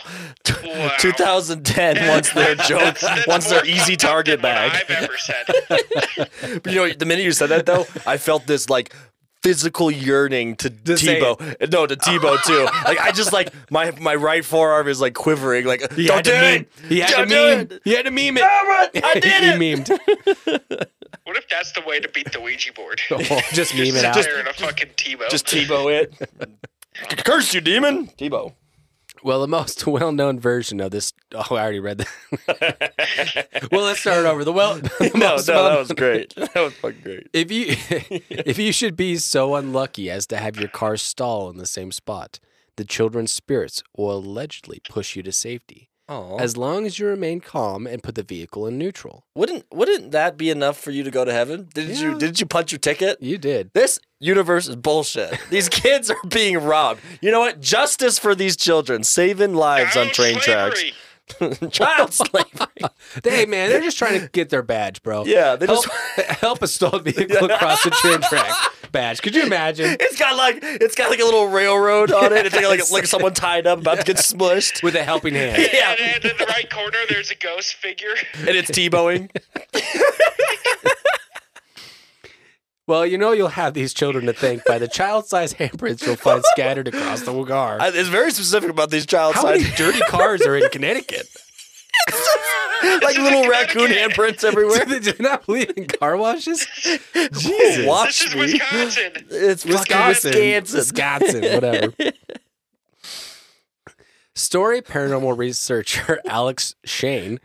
Speaker 3: 2010 once
Speaker 4: (laughs)
Speaker 3: their joke,
Speaker 4: That's- that's
Speaker 3: once their
Speaker 4: more
Speaker 3: easy
Speaker 4: fucked up
Speaker 3: target
Speaker 4: than what
Speaker 3: bag.
Speaker 4: I've ever
Speaker 3: (laughs)
Speaker 4: said.
Speaker 3: you know, the minute you said that though, I felt this like physical yearning (laughs) to
Speaker 2: say
Speaker 3: Tebow. No, to Tebow too. Like I just like my my right forearm is like quivering. Like don't do it.
Speaker 2: He had to
Speaker 3: don't do
Speaker 2: meme.
Speaker 3: it.
Speaker 2: He had to meme it.
Speaker 3: Damn it, (laughs) I did it.
Speaker 2: (laughs) he memed.
Speaker 4: What if that's the way to beat the Ouija board?
Speaker 2: just meme it
Speaker 4: Sit
Speaker 2: out.
Speaker 4: there in a fucking Tebow.
Speaker 3: Just Tebow it. (laughs) Curse you, demon. Tebow.
Speaker 2: Well, the most well-known version of this. Oh, I already read that. (laughs) well, let's start over. The (laughs) well. the
Speaker 3: No, no,
Speaker 2: most well-
Speaker 3: (laughs) that was (laughs) great. That was fucking great.
Speaker 2: If you (laughs) if you should be so unlucky as to have your car stall in the same spot, the children's spirits will allegedly push you to safety.
Speaker 3: Oh,
Speaker 2: As long as you remain calm and put the vehicle in neutral.
Speaker 3: wouldn't wouldn't that be enough for you to go to heaven? Did
Speaker 2: Yeah.
Speaker 3: you did you punch your ticket?
Speaker 2: You did.
Speaker 3: This universe is bullshit.
Speaker 4: (laughs)
Speaker 3: These kids are being robbed. You know what? Justice for these children, saving lives on
Speaker 4: Child
Speaker 3: train
Speaker 4: Oh, slavery.
Speaker 3: tracks. (laughs) Child slavery.
Speaker 2: Hey man, they're just trying to get their badge, bro.
Speaker 3: Yeah, they
Speaker 2: help,
Speaker 3: just-
Speaker 2: (laughs) help a stalled
Speaker 3: (laughs)
Speaker 2: vehicle across the train track badge. Could you imagine?
Speaker 3: It's got like it's got like a little railroad on it. It's like like,
Speaker 2: Yes.
Speaker 3: like someone tied up about to get smushed,
Speaker 2: With a helping hand.
Speaker 3: (laughs) Yeah.
Speaker 4: And, and in the right corner, there's a ghost figure.
Speaker 3: and
Speaker 4: (laughs)
Speaker 3: it's T-bowing.
Speaker 2: Well, you know you'll have these children to thank by the child-sized handprints you'll find scattered across the car.
Speaker 3: I- It's very specific about these child
Speaker 2: How many
Speaker 3: signs.
Speaker 2: dirty cars are in
Speaker 3: (laughs)
Speaker 2: Connecticut?
Speaker 3: like little
Speaker 4: (laughs)
Speaker 3: raccoon
Speaker 4: Connecticut.
Speaker 3: handprints
Speaker 2: Do
Speaker 4: (laughs)
Speaker 3: everywhere.
Speaker 2: they (laughs) do not believe in car washes?
Speaker 3: Jesus.
Speaker 4: This
Speaker 3: Watch
Speaker 4: is
Speaker 3: me.
Speaker 4: Wisconsin.
Speaker 3: It's Wisconsin.
Speaker 2: Wisconsin.
Speaker 4: (laughs)
Speaker 3: Wisconsin.
Speaker 2: Wisconsin, (laughs) whatever. Story paranormal researcher (laughs) Alex Shane,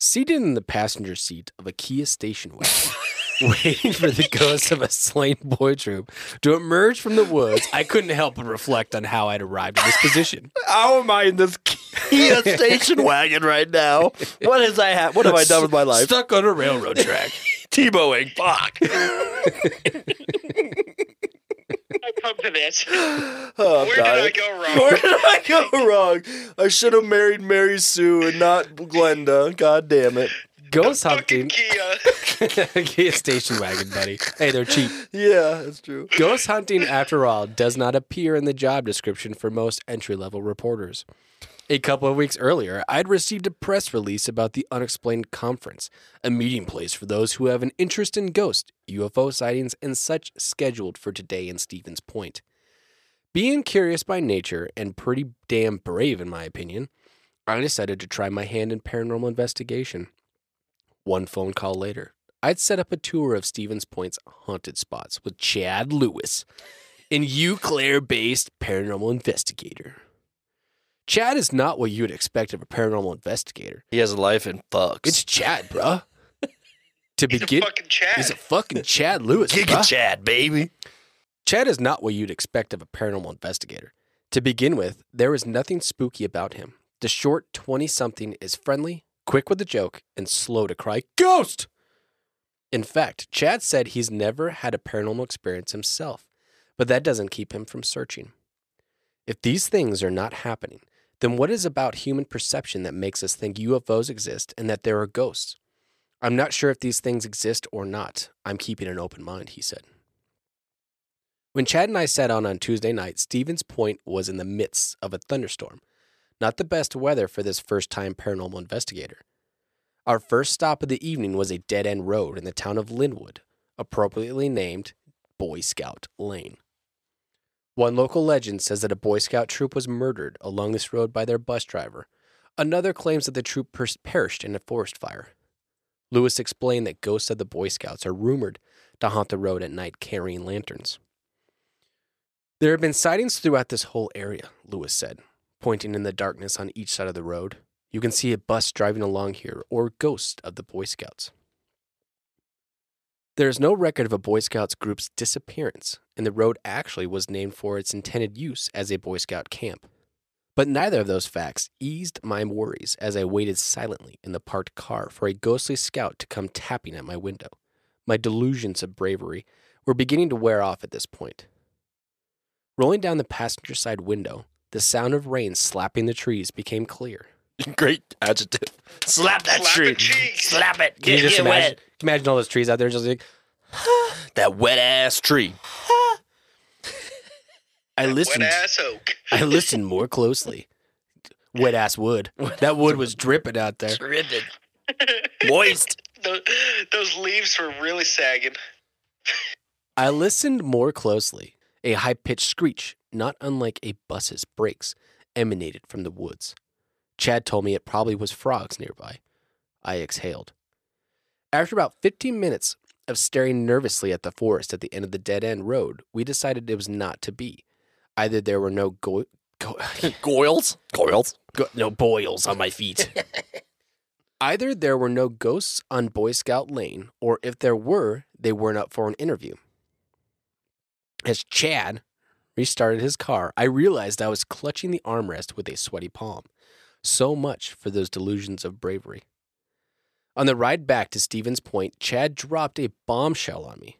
Speaker 2: seated in the passenger seat of a Kia station wagon, (laughs) waiting for the ghost of a slain boy troop to emerge from the woods, I couldn't help but reflect on how I'd arrived in this position.
Speaker 3: How am I in this Kia station wagon right now? What has I ha- What have I done with my
Speaker 2: (laughs)
Speaker 3: life?
Speaker 2: Stuck on a railroad track.
Speaker 4: (laughs)
Speaker 3: T-bowing. Fuck.
Speaker 4: I come to
Speaker 3: (laughs)
Speaker 4: this?
Speaker 3: Oh, I'm
Speaker 4: Where did I
Speaker 3: dying.
Speaker 4: go wrong?
Speaker 3: Where did I go wrong? I should have married Mary Sue and not Glenda. God damn it.
Speaker 2: (laughs) Ghost
Speaker 4: Fucking
Speaker 2: hunting.
Speaker 4: Kia.
Speaker 2: (laughs) Get a station wagon, buddy. Hey, they're cheap.
Speaker 3: Yeah, that's true.
Speaker 2: Ghost hunting, after all, does not appear in the job description for most entry level reporters. A couple of weeks earlier, I'd received a press release about the Unexplained Conference, a meeting place for those who have an interest in ghosts, UFO sightings, and such scheduled for today in Stevens Point. Being curious by nature and pretty damn brave, in my opinion, I decided to try my hand in paranormal investigation. One phone call later, I'd set up a tour of Stevens Point's haunted spots with Chad Lewis, an Eau Claire based paranormal investigator. Chad is not what you'd expect of a paranormal investigator.
Speaker 3: He has a life and fucks.
Speaker 2: It's Chad, bruh. to
Speaker 4: (laughs) He's a
Speaker 2: begin,
Speaker 4: fucking Chad.
Speaker 2: he's a fucking Chad Lewis.
Speaker 3: Giga
Speaker 2: bruh.
Speaker 3: Chad, baby.
Speaker 2: Chad is not what you'd expect of a paranormal investigator. To begin with, there is nothing spooky about him. The short 20 something is friendly, quick with a joke, and slow to cry, Ghost! In fact, Chad said he's never had a paranormal experience himself, but that doesn't keep him from searching. If these things are not happening, then what is about human perception that makes us think UFOs exist and that there are ghosts? I'm not sure if these things exist or not. I'm keeping an open mind, he said. When Chad and I sat on on Tuesday night, Stevens Point was in the midst of a thunderstorm. Not the best weather for this first time paranormal investigator. Our first stop of the evening was a dead end road in the town of Linwood, appropriately named Boy Scout Lane. One local legend says that a Boy Scout troop was murdered along this road by their bus driver. Another claims that the troop per- perished in a forest fire. Lewis explained that ghosts of the Boy Scouts are rumored to haunt the road at night carrying lanterns. There have been sightings throughout this whole area, Lewis said, pointing in the darkness on each side of the road. You can see a bus driving along here or ghosts of the Boy Scouts. There is no record of a Boy Scouts group's disappearance, and the road actually was named for its intended use as a Boy Scout camp. But neither of those facts eased my worries as I waited silently in the parked car for a ghostly scout to come tapping at my window. My delusions of bravery were beginning to wear off at this point. Rolling down the passenger side window, the sound of rain slapping the trees became clear.
Speaker 3: Great adjective. Slap that
Speaker 4: Slap
Speaker 3: tree.
Speaker 4: the cheeks.
Speaker 3: Slap it.
Speaker 2: Can
Speaker 3: Get,
Speaker 2: you just
Speaker 3: get
Speaker 2: imagine,
Speaker 3: wet.
Speaker 2: can you imagine all those trees out there just like
Speaker 3: That wet ass tree.
Speaker 2: I
Speaker 4: Wet
Speaker 2: listened
Speaker 4: ass oak. (laughs)
Speaker 2: I listened more closely. Wet ass wood. That wood was dripping out there.
Speaker 3: Ribbon.
Speaker 4: (laughs)
Speaker 3: Moist.
Speaker 4: Those, those leaves were really sagging.
Speaker 2: I listened more closely. A high pitched screech, not unlike a bus's brakes, emanated from the woods. Chad told me it probably was frogs nearby. I exhaled. After about 15 minutes of staring nervously at the forest at the end of the dead end road, we decided it was not to be. Either there were no go- go- (laughs)
Speaker 3: Goils. Goils.
Speaker 2: go- no boils on my feet. Either there were no ghosts on Boy Scout Lane, or if there were, they weren't up for an interview. As Chad restarted his car, I realized I was clutching the armrest with a sweaty palm. So much for those delusions of bravery. On the ride back to Stevens Point, Chad dropped a bombshell on me.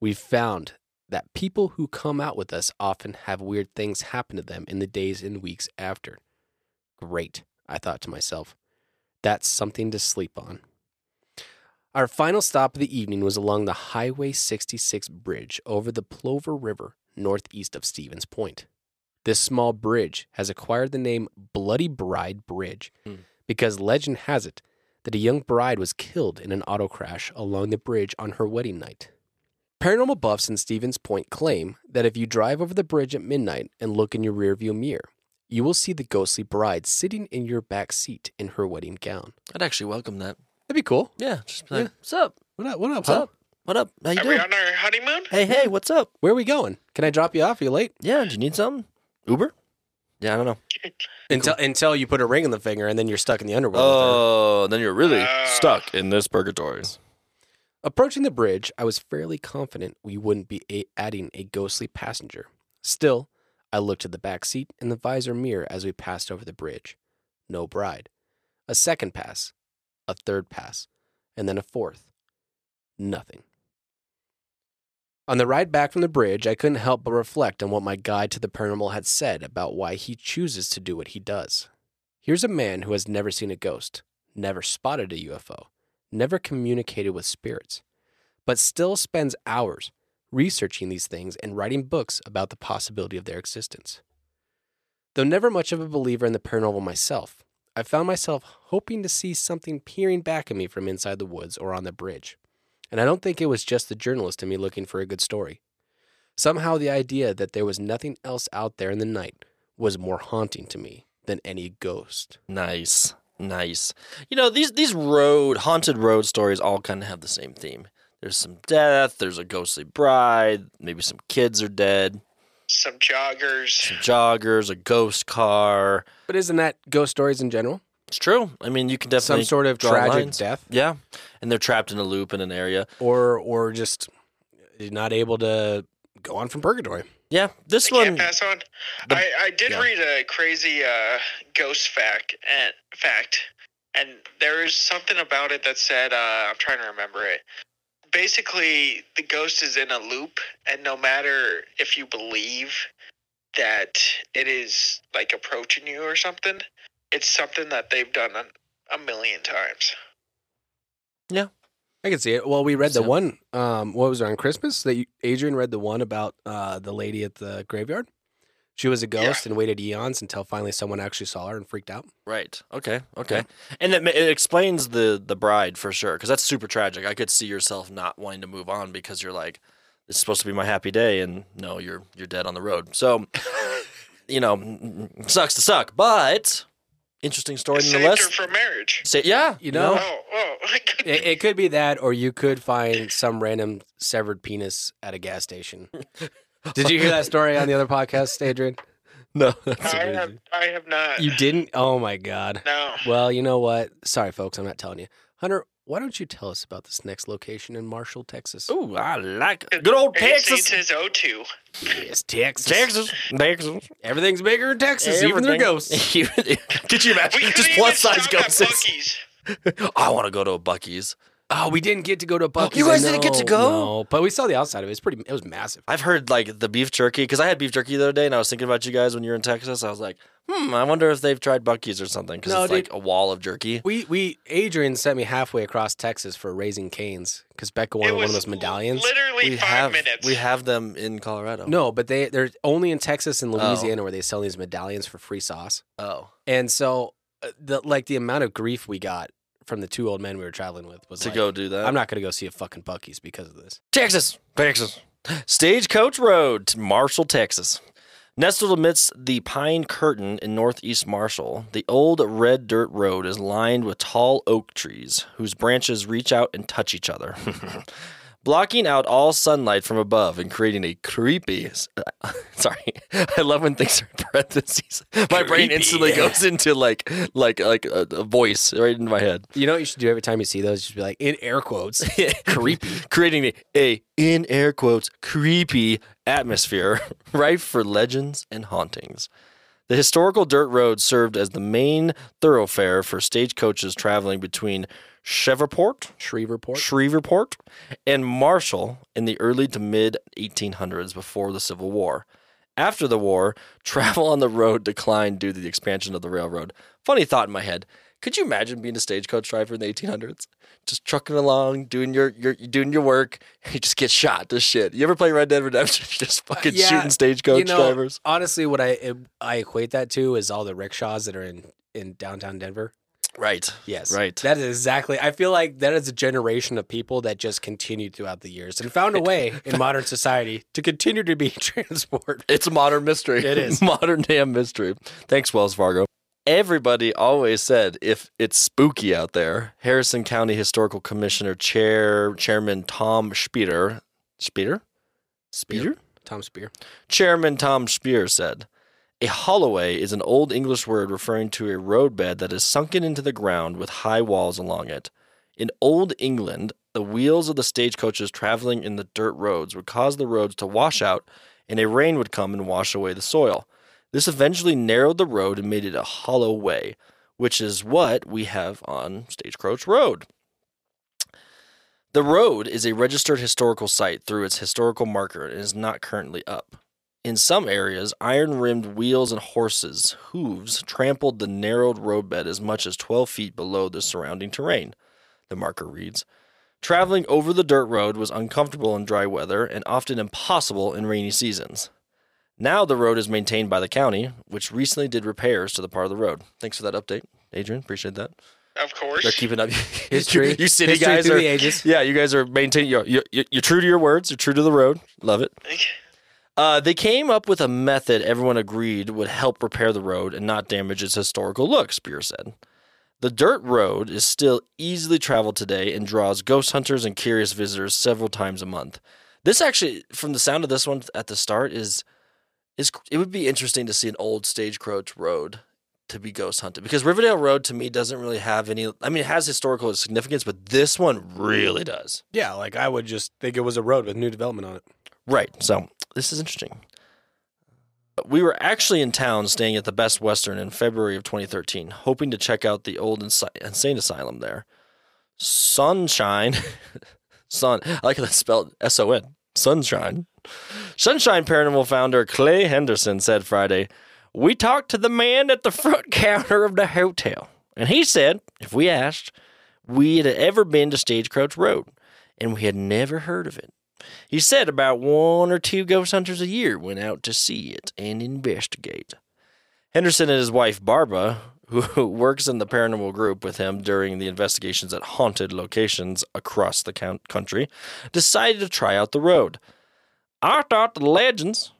Speaker 2: We've found that people who come out with us often have weird things happen to them in the days and weeks after. Great, I thought to myself. That's something to sleep on. Our final stop of the evening was along the Highway 66 bridge over the Plover River, northeast of Stevens Point. This small bridge has acquired the name Bloody Bride Bridge
Speaker 3: Hmm.
Speaker 2: because legend has it that a young bride was killed in an auto crash along the bridge on her wedding night. Paranormal buffs in Stevens Point claim that if you drive over the bridge at midnight and look in your rearview mirror, you will see the ghostly bride sitting in your back seat in her wedding gown.
Speaker 3: I'd actually welcome that.
Speaker 2: That'd be cool.
Speaker 3: Yeah. Just be
Speaker 2: like,
Speaker 3: like, what's up?
Speaker 2: What up? What up?
Speaker 3: What's up? What up? How you
Speaker 4: Are we
Speaker 3: doing?
Speaker 4: on our honeymoon?
Speaker 3: Hey, hey, what's up?
Speaker 2: Where are we going? Can I drop you off? Are you late?
Speaker 3: Yeah, do you need something? Uber? Yeah, I don't know.
Speaker 2: Until until you put a ring on the finger and then you're stuck in the underworld. with her.
Speaker 3: Oh, then you're really
Speaker 4: Ah.
Speaker 3: stuck in this purgatory.
Speaker 2: Approaching the bridge, I was fairly confident we wouldn't be a- adding a ghostly passenger. Still, I looked at the back seat and the visor mirror as we passed over the bridge. No bride. A second pass, a third pass, and then a fourth. Nothing. On the ride back from the bridge, I couldn't help but reflect on what my guide to the paranormal had said about why he chooses to do what he does. Here's a man who has never seen a ghost, never spotted a UFO, never communicated with spirits, but still spends hours researching these things and writing books about the possibility of their existence. Though never much of a believer in the paranormal myself, I found myself hoping to see something peering back at me from inside the woods or on the bridge. And I don't think it was just the journalist in me looking for a good story. Somehow, the idea that there was nothing else out there in the night was more haunting to me than any ghost.
Speaker 3: Nice, nice. You know these these road haunted road stories all kind of have the same theme. There's some death. There's a ghostly bride. Maybe some kids are dead.
Speaker 4: Some joggers.
Speaker 3: Some joggers. A ghost car.
Speaker 2: But isn't that ghost stories in general?
Speaker 3: It's true. I mean, you can
Speaker 2: Some
Speaker 3: definitely
Speaker 2: sort of
Speaker 3: draw
Speaker 2: tragic
Speaker 3: lines.
Speaker 2: death,
Speaker 3: Yeah, and they're trapped in a loop in an area.
Speaker 2: or or just not able to go on from purgatory.
Speaker 3: Yeah, this
Speaker 4: They
Speaker 3: one.
Speaker 4: can't pass on. I, I did
Speaker 3: yeah.
Speaker 4: read a crazy uh, ghost fact and fact, and there is something about it that said uh, I'm trying to remember it. Basically, the ghost is in a loop, and no matter if you believe that it is like approaching you or something, it's something that they've done a, a million times.
Speaker 2: I can see it. Well, we read the
Speaker 3: So-
Speaker 2: one. Um, what was it on Christmas that you, Adrian read the one about uh, the lady at the graveyard. She was a ghost and waited eons until finally someone actually saw her and freaked out.
Speaker 3: Right. Okay. Okay. And it, ma- it explains the the bride for sure because that's super tragic. I could see yourself not wanting to move on because you're like, it's supposed to be my happy day, and no, you're you're dead on the road.
Speaker 2: (laughs)
Speaker 3: So, you know, mm, mm, sucks to suck, but interesting story
Speaker 4: It saved her
Speaker 3: nonetheless.
Speaker 4: from marriage.
Speaker 3: Say, yeah,
Speaker 2: You know-
Speaker 4: Oh, oh.
Speaker 2: It, it could be that, or you could (laughs) find some random severed penis at a gas (laughs) station. Did you hear that story on the other podcast, Adrian?
Speaker 3: no,
Speaker 4: I have, I have not.
Speaker 2: You didn't? Oh my god.
Speaker 4: no.
Speaker 2: Well, you know what? Sorry, folks, I'm not telling you. Hunter, why don't you tell us about this next location in Marshall, Texas?
Speaker 3: Ooh, I like it. good old
Speaker 4: Texas is
Speaker 3: Texas, (laughs)
Speaker 4: O2.
Speaker 2: yes, Texas.
Speaker 3: Texas, Texas.
Speaker 2: Everything's bigger in Texas, even their ghosts.
Speaker 3: Even- Could (laughs) you imagine?
Speaker 4: We could
Speaker 3: Just
Speaker 4: even
Speaker 3: plus size
Speaker 4: stop at
Speaker 3: ghosts.
Speaker 4: Buc-ee's.
Speaker 3: (laughs) I want to go to a Bucky's.
Speaker 2: (laughs) Oh, we didn't get to go to Bucky's.
Speaker 3: you guys
Speaker 2: I
Speaker 3: didn't get to
Speaker 2: know,
Speaker 3: go?
Speaker 2: No, but we saw the outside of it. It's pretty. It was massive.
Speaker 3: I've heard like the beef jerky because I had beef jerky the other day, and I was thinking about you guys when you were in Texas. I was like, hmm, I wonder if they've tried Bucky's or something because
Speaker 2: No,
Speaker 3: it's
Speaker 2: dude.
Speaker 3: like a wall of jerky.
Speaker 2: We we Adrian sent me halfway across Texas for raising canes because Becca
Speaker 4: It
Speaker 2: wanted one of
Speaker 4: was
Speaker 2: those medallions.
Speaker 4: Literally
Speaker 3: We
Speaker 4: five
Speaker 3: have
Speaker 4: minutes.
Speaker 3: we have them in Colorado.
Speaker 2: no, but they they're only in Texas and Louisiana where they sell these medallions for free sauce.
Speaker 3: oh,
Speaker 2: And so, uh, the like the amount of grief we got from the two old men we were traveling with was
Speaker 3: to
Speaker 2: like,
Speaker 3: go do that.
Speaker 2: I'm not going to go see a fucking Bucky's because of this.
Speaker 3: Texas, Texas. Stagecoach Road to Marshall, Texas. Nestled amidst the pine curtain in northeast Marshall, the old red dirt road is lined with tall oak trees whose branches reach out and touch each other, (laughs) blocking out all sunlight from above and creating a creepy. (laughs) Sorry, I love when things are in parentheses. My brain
Speaker 2: Creepy.
Speaker 3: instantly goes into like like like a, a voice right into my head.
Speaker 2: You know what you should do every time you see those? Just be like in air (laughs) quotes.
Speaker 3: (laughs) creepy, creating a, a in air quotes creepy atmosphere (laughs) rife for legends and hauntings. The historical dirt road served as the main thoroughfare for stagecoaches traveling between Shreveport,
Speaker 2: Shreveport.
Speaker 3: Shreveport, and Marshall in the early to mid 1800s before the Civil War. After the war, (laughs) travel on the road declined due to the expansion of the railroad. Funny thought in my head. Could you imagine being a stagecoach driver in the 1800s? Just trucking along, doing your, your doing your work, (laughs) and you just get shot to shit. You ever play Red Dead Redemption? (laughs) Just fucking
Speaker 2: yeah,
Speaker 3: shooting stagecoach
Speaker 2: you know,
Speaker 3: drivers.
Speaker 2: Honestly, what I I equate that to is all the rickshaws that are in in downtown Denver.
Speaker 3: Right.
Speaker 2: Yes,
Speaker 3: Right.
Speaker 2: That is exactly. I feel like that is a generation of people that just continued throughout the years and found a (laughs) way in modern society to continue to be (laughs) transport.
Speaker 3: It's a modern mystery.
Speaker 2: It is.
Speaker 3: (laughs) modern damn mystery. Thanks, Wells Fargo. Everybody always said if it's spooky out there. Harrison County Historical Commissioner Chair Chairman Tom Speeder, Speeder, Speeder,
Speaker 2: Tom Spear.
Speaker 3: Chairman Tom Spear said, "A holloway is an old English word referring to a roadbed that is sunken into the ground with high walls along it. In old England, the wheels of the stagecoaches traveling in the dirt roads would cause the roads to wash out, and a rain would come and wash away the soil. This eventually narrowed the road and made it a hollow way, which is what we have on Stagecoach Road." The road is a registered historical site through its historical marker and is not currently up. In some areas, iron rimmed wheels and horses' hooves trampled the narrowed roadbed as much as 12 feet below the surrounding terrain, the marker reads. Traveling over the dirt road was uncomfortable in dry weather and often impossible in rainy seasons. Now the road is maintained by the county, which recently did repairs to the part of the road. Thanks for that update, Adrian. Appreciate that.
Speaker 4: Of course.
Speaker 3: They're keeping up
Speaker 2: History-
Speaker 3: (laughs) You, you city
Speaker 2: history
Speaker 3: guys
Speaker 2: through
Speaker 3: are
Speaker 2: the ages.
Speaker 3: yeah. You guys are maintaining. You're, you're, you're true to your words. You're true to the road. Love it. Uh, they came up with a method everyone agreed would help repair the road and not damage its historical look, Spear said. The dirt road is still easily traveled today and draws ghost hunters and curious visitors several times a month. This actually, from the sound of this one at the start, is is it would be interesting to see an old stagecoach road to be ghost hunted because Riverdale Road to me doesn't really have any. I mean, it has historical significance, but this one really does.
Speaker 2: Yeah, like I would just think it was a road with new development on it.
Speaker 3: Right. So this is interesting. We were actually in town staying at the Best Western in February of 2013, hoping to check out the old insi- insane asylum there. Sunshine, (laughs) sun, I like how that's spelled S O N, sunshine. Sunshine Paranormal founder Clay Henderson said Friday, We talked to the man at the front counter of the hotel, and he said, if we asked, we had ever been to Stagecoach Road, and we had never heard of it. He said about one or two ghost hunters a year went out to see it and investigate. Henderson and his wife Barbara, who (laughs) works in the paranormal group with him during the investigations at haunted locations across the coun- country, decided to try out the road. I thought the legends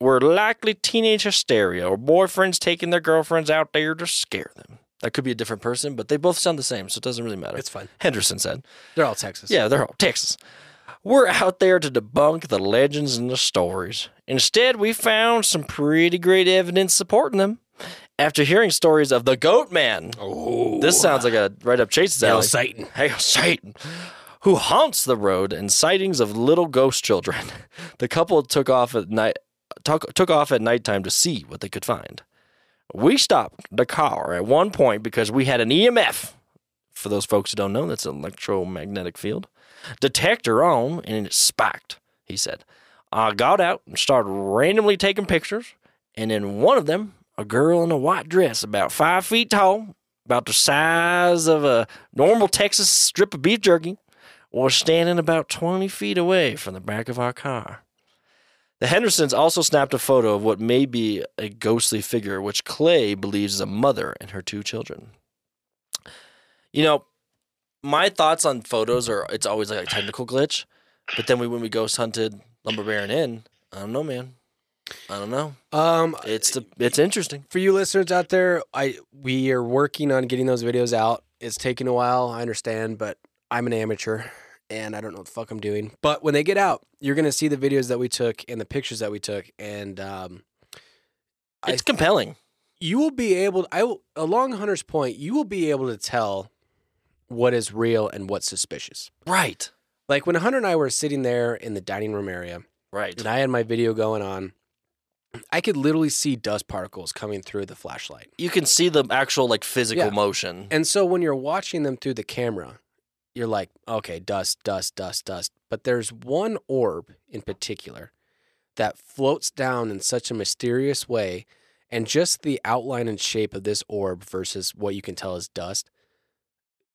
Speaker 3: were likely teenage hysteria or boyfriends taking their girlfriends out there to scare them. That could be a different person, but they both sound the same, so it doesn't really matter.
Speaker 2: It's fine.
Speaker 3: Henderson said.
Speaker 2: They're all Texas.
Speaker 3: Yeah, they're all Texas. We're out there to debunk the legends and the stories. Instead, we found some pretty great evidence supporting them. After hearing stories of the Goat Man,
Speaker 2: Oh,
Speaker 3: this sounds like a right up Chase's alley.
Speaker 2: Satan.
Speaker 3: Hail (laughs) Satan, who haunts the road and sightings of little ghost children. The couple took off at night took, took off at nighttime to see what they could find. We stopped the car at one point because we had an EMF. For those folks who don't know, that's an electromagnetic field. Detector on and it spiked, he said. I got out and started randomly taking pictures, and in one of them, a girl in a white dress about five feet tall, about the size of a normal Texas strip of beef jerky, was standing about 20 feet away from the back of our car. The Hendersons also snapped a photo of what may be a ghostly figure, which Clay believes is a mother and her two children. You know, my thoughts on photos are it's always like a technical glitch, but then we when we ghost hunted Lumber Baron Inn, I don't know, man. I don't know.
Speaker 2: Um,
Speaker 3: It's the, it's interesting.
Speaker 2: for you listeners out there, I we are working on getting those videos out. It's taking a while, I understand, but I'm an amateur and I don't know what the fuck I'm doing. But when they get out, you're gonna see the videos that we took and the pictures that we took, and um, I-
Speaker 3: It's compelling.
Speaker 2: you will be able. I will, along Hunter's point, you will be able to tell what is real and what's suspicious.
Speaker 3: Right.
Speaker 2: Like when Hunter and I were sitting there in the dining room area,
Speaker 3: Right.
Speaker 2: and I had my video going on, I could literally see dust particles coming through the flashlight.
Speaker 3: You can see the actual like physical
Speaker 2: Yeah.
Speaker 3: motion.
Speaker 2: And so when you're watching them through the camera, you're like, okay, dust, dust, dust, dust. But there's one orb in particular that floats down in such a mysterious way. And just the outline and shape of this orb versus what you can tell is dust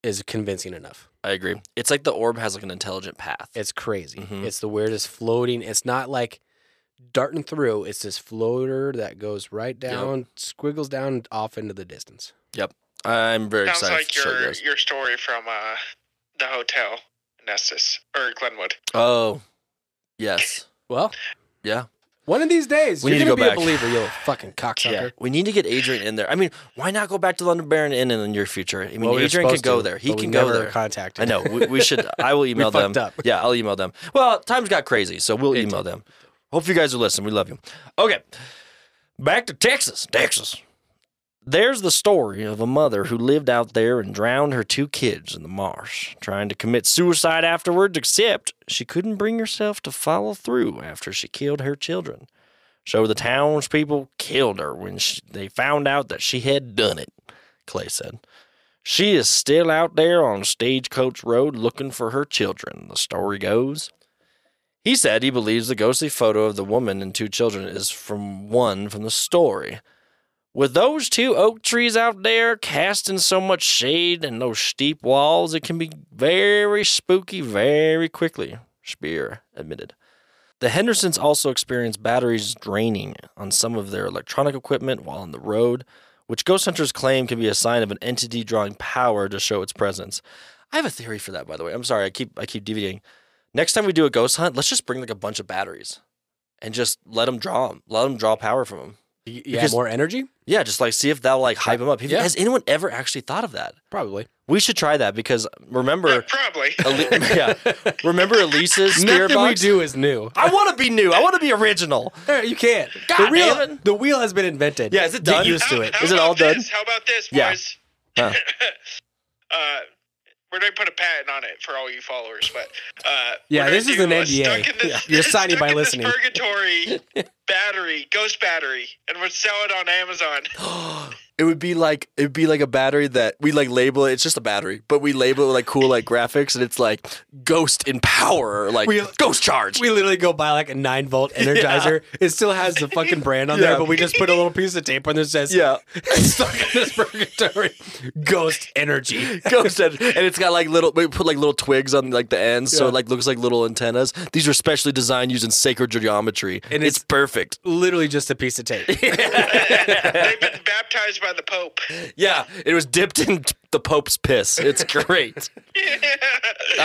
Speaker 2: is convincing enough.
Speaker 3: I agree. It's like the orb has like an intelligent path.
Speaker 2: It's crazy.
Speaker 3: Mhm.
Speaker 2: It's the weirdest floating. It's not like darting through, it's this floater that goes right down, squiggles down and off into the distance.
Speaker 3: I'm very
Speaker 4: Sounds
Speaker 3: excited.
Speaker 4: like
Speaker 3: to show you
Speaker 4: your
Speaker 3: guys.
Speaker 4: your story from uh, the hotel in Estes or Glenwood.
Speaker 3: Oh, yes.
Speaker 2: Well,
Speaker 3: Yeah.
Speaker 2: One of these days,
Speaker 3: We
Speaker 2: you're
Speaker 3: need to
Speaker 2: gonna
Speaker 3: go
Speaker 2: be
Speaker 3: back.
Speaker 2: a believer, you little
Speaker 3: (laughs)
Speaker 2: fucking cocksucker.
Speaker 3: We need to get Adrian in there. I mean, why not go back to London Baron Inn in the near future? I mean,
Speaker 2: Well, we were
Speaker 3: Adrian can
Speaker 2: supposed
Speaker 3: go
Speaker 2: to,
Speaker 3: there. He
Speaker 2: but we
Speaker 3: can go
Speaker 2: never
Speaker 3: there.
Speaker 2: Contacted.
Speaker 3: I know. We, we should.
Speaker 2: (laughs)
Speaker 3: I will email them.
Speaker 2: fucked up.
Speaker 3: Yeah, I'll email them. Well, times got crazy, so we'll email them. Hope you guys are listening. We love you. Okay, back to Texas. Texas. There's the story of a mother who lived out there and drowned her two kids in the marsh, trying to commit suicide afterwards, except she couldn't bring herself to follow through after she killed her children. So the townspeople killed her when she, they found out that she had done it, Clay said. She is still out there on Stagecoach Road looking for her children, the story goes. He said he believes the ghostly photo of the woman and two children is from one from the story. With those two oak trees out there casting so much shade and those steep walls, it can be very spooky very quickly, Spear admitted. The Hendersons also experienced batteries draining on some of their electronic equipment while on the road, which ghost hunters claim can be a sign of an entity drawing power to show its presence. I have a theory for that, by the way. I'm sorry, I keep I keep deviating. Next time we do a ghost hunt, let's just bring like a bunch of batteries, and just let them draw them, let them draw power from them.
Speaker 2: Y- Yeah,
Speaker 3: Because-
Speaker 2: more energy?
Speaker 3: Yeah, just like see if that'll like hype them up. Have you-
Speaker 2: Yeah.
Speaker 3: Has anyone ever actually thought of that?
Speaker 2: Probably.
Speaker 3: We should try that because
Speaker 2: (laughs)
Speaker 3: remember,
Speaker 4: Probably.
Speaker 3: Eli- (laughs) yeah, remember Elisa's spirit
Speaker 2: Nothing we
Speaker 3: box.
Speaker 2: do is
Speaker 3: (laughs)
Speaker 2: new.
Speaker 3: I want to be new. I want to be original.
Speaker 2: You can't. the
Speaker 3: God
Speaker 2: wheel,
Speaker 3: damn it.
Speaker 2: the wheel has been invented.
Speaker 3: Yeah, is it
Speaker 2: Get
Speaker 3: done?
Speaker 2: used
Speaker 4: (laughs)
Speaker 2: to
Speaker 4: How-
Speaker 2: it.
Speaker 4: how
Speaker 3: Is it all
Speaker 4: about
Speaker 3: done?
Speaker 4: This? How about this,
Speaker 3: Yeah.
Speaker 4: Boris?
Speaker 3: Huh.
Speaker 4: (laughs) uh, we're gonna put a patent on it for all you followers, but uh,
Speaker 2: Yeah,
Speaker 4: we're
Speaker 2: this
Speaker 4: gonna
Speaker 2: is an
Speaker 4: do a
Speaker 2: NDA.
Speaker 4: stuck in this- (laughs)
Speaker 2: You're signing
Speaker 4: stuck
Speaker 2: by
Speaker 4: in this
Speaker 2: listening.
Speaker 3: (laughs)
Speaker 4: Purgatory battery, ghost battery, and we'll sell it on Amazon.
Speaker 3: It would be like it would be like a battery that we like label it. It's just a battery, but we label it with like cool like graphics, and it's like ghost in power, or like
Speaker 2: We-
Speaker 3: ghost charge.
Speaker 2: We literally go buy like a nine
Speaker 3: (laughs)
Speaker 2: volt energizer. It still has the fucking brand on
Speaker 3: Yeah.
Speaker 2: there, but we just put a little piece of tape on there that says (laughs)
Speaker 3: yeah,
Speaker 2: stuck in this purgatory. Ghost energy.
Speaker 3: ghost, en- and it's got like little. We put like little twigs on like the ends, so
Speaker 2: Yeah.
Speaker 3: it like looks like little antennas. These are specially designed using sacred geometry, and it's,
Speaker 2: it's-
Speaker 3: perfect.
Speaker 2: Literally just a piece of
Speaker 3: (laughs)
Speaker 2: tape.
Speaker 4: They've been baptized by the Pope. (laughs)
Speaker 3: Yeah, it was dipped in (laughs) the Pope's
Speaker 2: (laughs)
Speaker 3: piss. It's great. All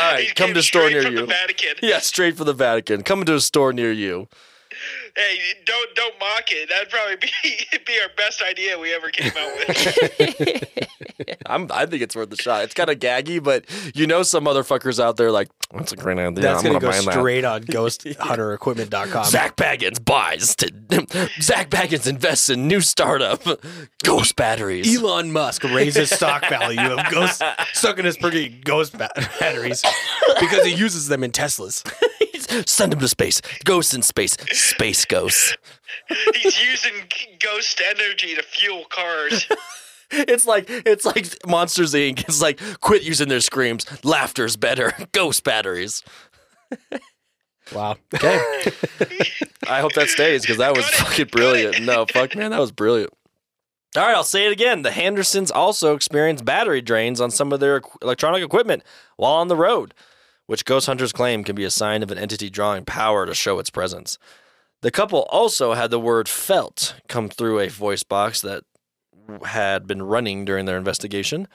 Speaker 3: right,
Speaker 4: He
Speaker 3: come
Speaker 4: came
Speaker 3: to a store
Speaker 4: straight
Speaker 3: near
Speaker 4: from
Speaker 3: you.
Speaker 4: The Vatican.
Speaker 3: yeah, straight from the Vatican, coming to a store near you.
Speaker 4: Hey, don't don't mock it. That'd probably be be (laughs) our best idea we ever came out with.
Speaker 3: (laughs) I'm, I think it's worth a shot. It's kind of gaggy, but you know some motherfuckers out there like, that's a great idea.
Speaker 2: That's
Speaker 3: I'm
Speaker 2: gonna, go
Speaker 3: going to buy that.
Speaker 2: straight
Speaker 3: (laughs)
Speaker 2: on ghosthunterequipment.com.
Speaker 3: Zach Baggins buys. To, (laughs) Zach Baggins invests in new startup. (laughs) Ghost batteries.
Speaker 2: Elon Musk raises stock (laughs) value of ghost stuck in his pretty ghost ba- batteries because he uses them in Teslas.
Speaker 3: (laughs) Send him to space. Ghosts in space. Space ghosts.
Speaker 4: He's using g- ghost energy to fuel
Speaker 3: (laughs)
Speaker 4: cars.
Speaker 3: It's like it's like Monsters Inc. It's like quit using their screams. Laughter's better. (laughs) Ghost batteries.
Speaker 2: Wow.
Speaker 3: Okay. (laughs) I hope that stays because that was
Speaker 4: Cut it.
Speaker 3: fucking
Speaker 4: Cut
Speaker 3: brilliant. No, fuck, man, that was brilliant. All right, I'll say it again. The Hendersons also experienced battery drains on some of their equ- electronic equipment while on the road, which ghost hunters claim can be a sign of an entity drawing power to show its presence. The couple also had the word felt come through a voice box that had been running during their investigation.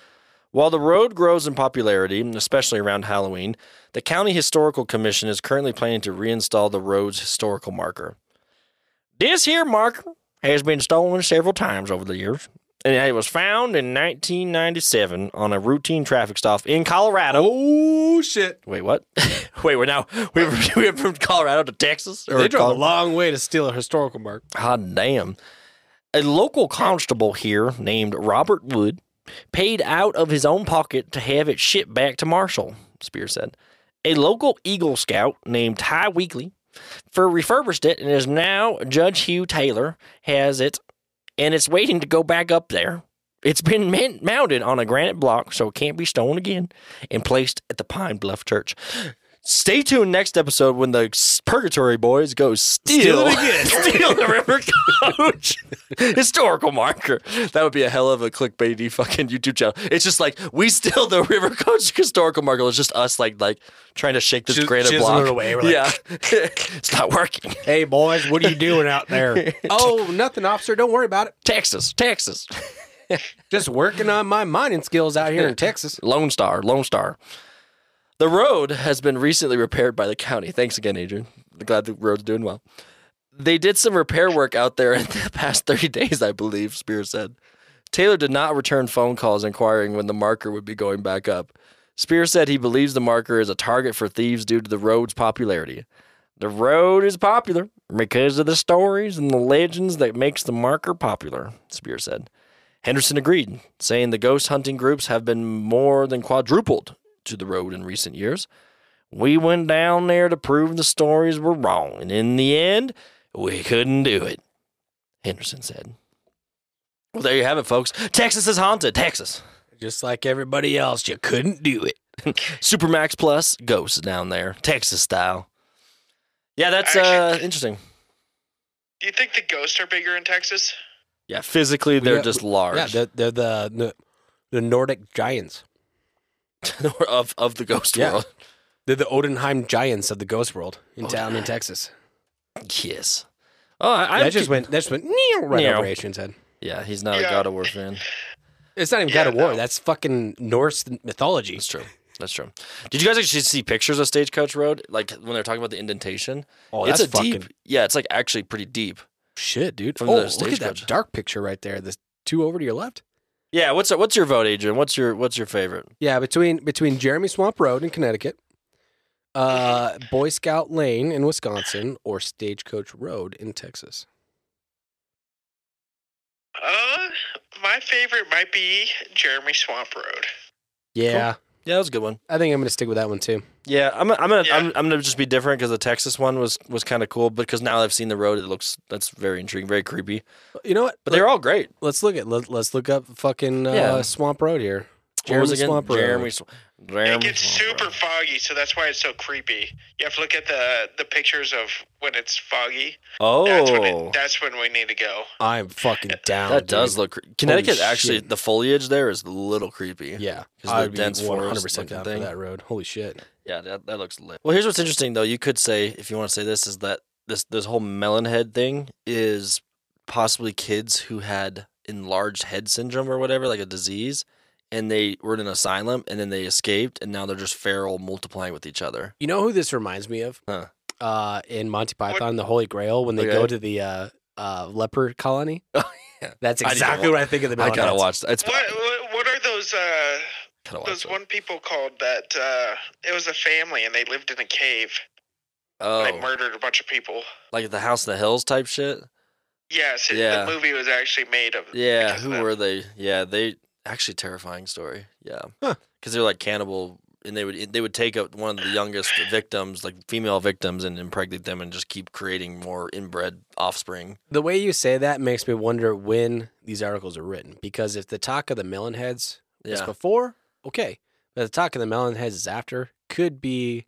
Speaker 3: While the road grows in popularity, especially around Halloween, the County Historical Commission is currently planning to reinstall the road's historical marker. This here marker has been stolen several times over the years, and it was found in 1997 on a routine traffic stop in Colorado.
Speaker 2: Oh shit.
Speaker 3: Wait, what? (laughs) Wait, we're now (laughs) we went we went from Colorado to Texas. Or
Speaker 2: They drove a
Speaker 3: Col-
Speaker 2: long way to steal a historical mark.
Speaker 3: God damn. A local constable here named Robert Wood paid out of his own pocket to have it shipped back to Marshall, Spear said. A local Eagle Scout named Ty Weekly for refurbished it and is now Judge Hugh Taylor has it and it's waiting to go back up there. It's been man- mounted on a granite block so it can't be stolen again and placed at the Pine Bluff Church. Stay tuned next episode when the s- Purgatory Boys go steal,
Speaker 2: Steal it again.
Speaker 3: (laughs) steal the River
Speaker 2: (laughs)
Speaker 3: Coach historical marker. That would be a hell of a clickbaity fucking YouTube channel. It's just like we steal the River Coach historical marker. It's just us like like trying to shake this
Speaker 2: Chis-
Speaker 3: granite
Speaker 2: chisel it
Speaker 3: block.
Speaker 2: away. We're like,
Speaker 3: yeah, (laughs) it's not working. (laughs)
Speaker 2: Hey boys, what are you doing out there? (laughs) oh, nothing, officer. Don't worry about it.
Speaker 3: Texas, Texas,
Speaker 2: Just working on my mining skills out here in Texas.
Speaker 3: Lone Star, Lone Star. The road has been recently repaired by the county. Thanks again, Adrian. Glad the road's doing well. They did some repair work out there in (laughs) the past 30 days, I believe, Spears said. Taylor did not return phone calls inquiring when the marker would be going back up. Spears said he believes the marker is a target for thieves due to the road's popularity. The road is popular because of the stories and the legends that makes the marker popular, Spears said. Henderson agreed, saying the ghost hunting groups have been more than quadrupled to the road in recent years. We went down there to prove the stories were wrong, and in the end, we couldn't do it, Henderson said. Well, there you have it, folks. Texas is haunted. Texas.
Speaker 2: Just like everybody else, you couldn't do it.
Speaker 3: (laughs) Supermax Plus ghosts down there, Texas style. Yeah, that's uh,
Speaker 4: Actually-
Speaker 3: interesting.
Speaker 4: Do you think the ghosts are bigger in Texas?
Speaker 3: Yeah, physically they're
Speaker 2: Yeah,
Speaker 3: just
Speaker 2: Yeah,
Speaker 3: large
Speaker 2: they're, they're the, the the Nordic giants.
Speaker 3: (laughs) of of the ghost
Speaker 2: Yeah.
Speaker 3: world.
Speaker 2: They're the Odenheim giants of the ghost world in town in
Speaker 3: Odenheim.
Speaker 2: Texas.
Speaker 3: Yes. Oh, I, I
Speaker 2: that just went that just went (laughs) meow right
Speaker 3: Meow.
Speaker 2: over Adrian's head.
Speaker 3: Yeah, he's not a
Speaker 4: Yeah.
Speaker 3: God of
Speaker 4: (laughs)
Speaker 3: War fan.
Speaker 2: It's not even
Speaker 4: Yeah,
Speaker 2: God of War.
Speaker 4: no.
Speaker 2: That's fucking Norse mythology.
Speaker 3: That's true. That's true. Did you guys actually see pictures of Stagecoach Road? Like when they're talking about the indentation?
Speaker 2: Oh,
Speaker 3: it's
Speaker 2: that's
Speaker 3: a deep.
Speaker 2: fucking-
Speaker 3: Yeah, it's like actually pretty deep.
Speaker 2: Shit, dude.
Speaker 3: From
Speaker 2: oh,
Speaker 3: the
Speaker 2: look at that
Speaker 3: stagecoach.
Speaker 2: dark picture right there. The two over to your left.
Speaker 3: Yeah, what's what's your vote, Adrian? What's your what's your favorite?
Speaker 2: Yeah, between between Jeremy Swamp Road in Connecticut, uh, Boy Scout Lane in Wisconsin, or Stagecoach Road in Texas.
Speaker 4: Uh, my favorite might be Jeremy Swamp Road.
Speaker 2: Yeah,
Speaker 3: Yeah, that was a good one.
Speaker 2: I think I'm gonna stick with that one too.
Speaker 3: Yeah, I'm I'm gonna
Speaker 4: Yeah.
Speaker 3: I'm, I'm gonna just be different because the Texas one was was kind of cool because now I've seen the road, it looks that's very intriguing, very creepy.
Speaker 2: You know what?
Speaker 3: But they're all great.
Speaker 2: Let's look at let, let's look up fucking uh,
Speaker 3: Yeah.
Speaker 2: Swamp Road here.
Speaker 3: What was it again?
Speaker 2: Swamp Road.
Speaker 3: Jeremy, Sw- Jeremy
Speaker 4: it gets
Speaker 3: Swamp
Speaker 4: super
Speaker 3: Road.
Speaker 4: foggy, so that's why it's so creepy. You have to look at the the pictures of when it's foggy. That's when
Speaker 3: Oh,
Speaker 4: it, that's when we need to go.
Speaker 2: I'm fucking down.
Speaker 3: that does
Speaker 2: dude.
Speaker 3: look. Cre- Connecticut
Speaker 2: shit.
Speaker 3: actually, the foliage there is a little creepy.
Speaker 2: Yeah,
Speaker 3: 'Cause of the
Speaker 2: I'd be
Speaker 3: dense forest
Speaker 2: 100% down
Speaker 3: looking thing.
Speaker 2: for that road. Holy shit!
Speaker 3: Yeah, that, that looks lit. Well, here's what's interesting though. You could say, if you want to say this, is that this this whole melon head thing is possibly kids who had enlarged head syndrome or whatever, like a disease, and they were in an asylum and then they escaped and now they're just feral multiplying with each other.
Speaker 2: You know who this reminds me of?
Speaker 3: Huh.
Speaker 2: Uh, in Monty Python, the Holy Grail, when they
Speaker 3: Okay. Oh,
Speaker 2: go to the uh, uh, leper
Speaker 3: (laughs)
Speaker 2: colony.
Speaker 3: yeah.
Speaker 2: That's
Speaker 3: I need to
Speaker 2: exactly
Speaker 3: wa-
Speaker 2: what I think of the.
Speaker 3: I
Speaker 2: Melonheads.
Speaker 3: gotta watch. It's
Speaker 4: What what, what are those uh
Speaker 3: gotta watch
Speaker 4: those
Speaker 3: that.
Speaker 4: one people called that? Uh, it was a family and they lived in a cave. and They
Speaker 3: Oh,
Speaker 4: murdered a bunch of people.
Speaker 3: like the House in the Hills type shit.
Speaker 4: Yes, it,
Speaker 3: Yeah.
Speaker 4: the movie was actually made of.
Speaker 3: Yeah,
Speaker 4: because
Speaker 3: who
Speaker 4: of
Speaker 3: were they? Yeah, they actually terrifying story. Yeah,
Speaker 2: Huh.
Speaker 3: because they were like cannibal, and they would they would take out one of the youngest victims, like female victims, and impregnate them, and just keep creating more inbred offspring.
Speaker 2: The way you say that makes me wonder when these articles are written. Because if the talk of the melon heads is
Speaker 3: Yeah,
Speaker 2: before, okay. But the talk of the melon heads is after, could be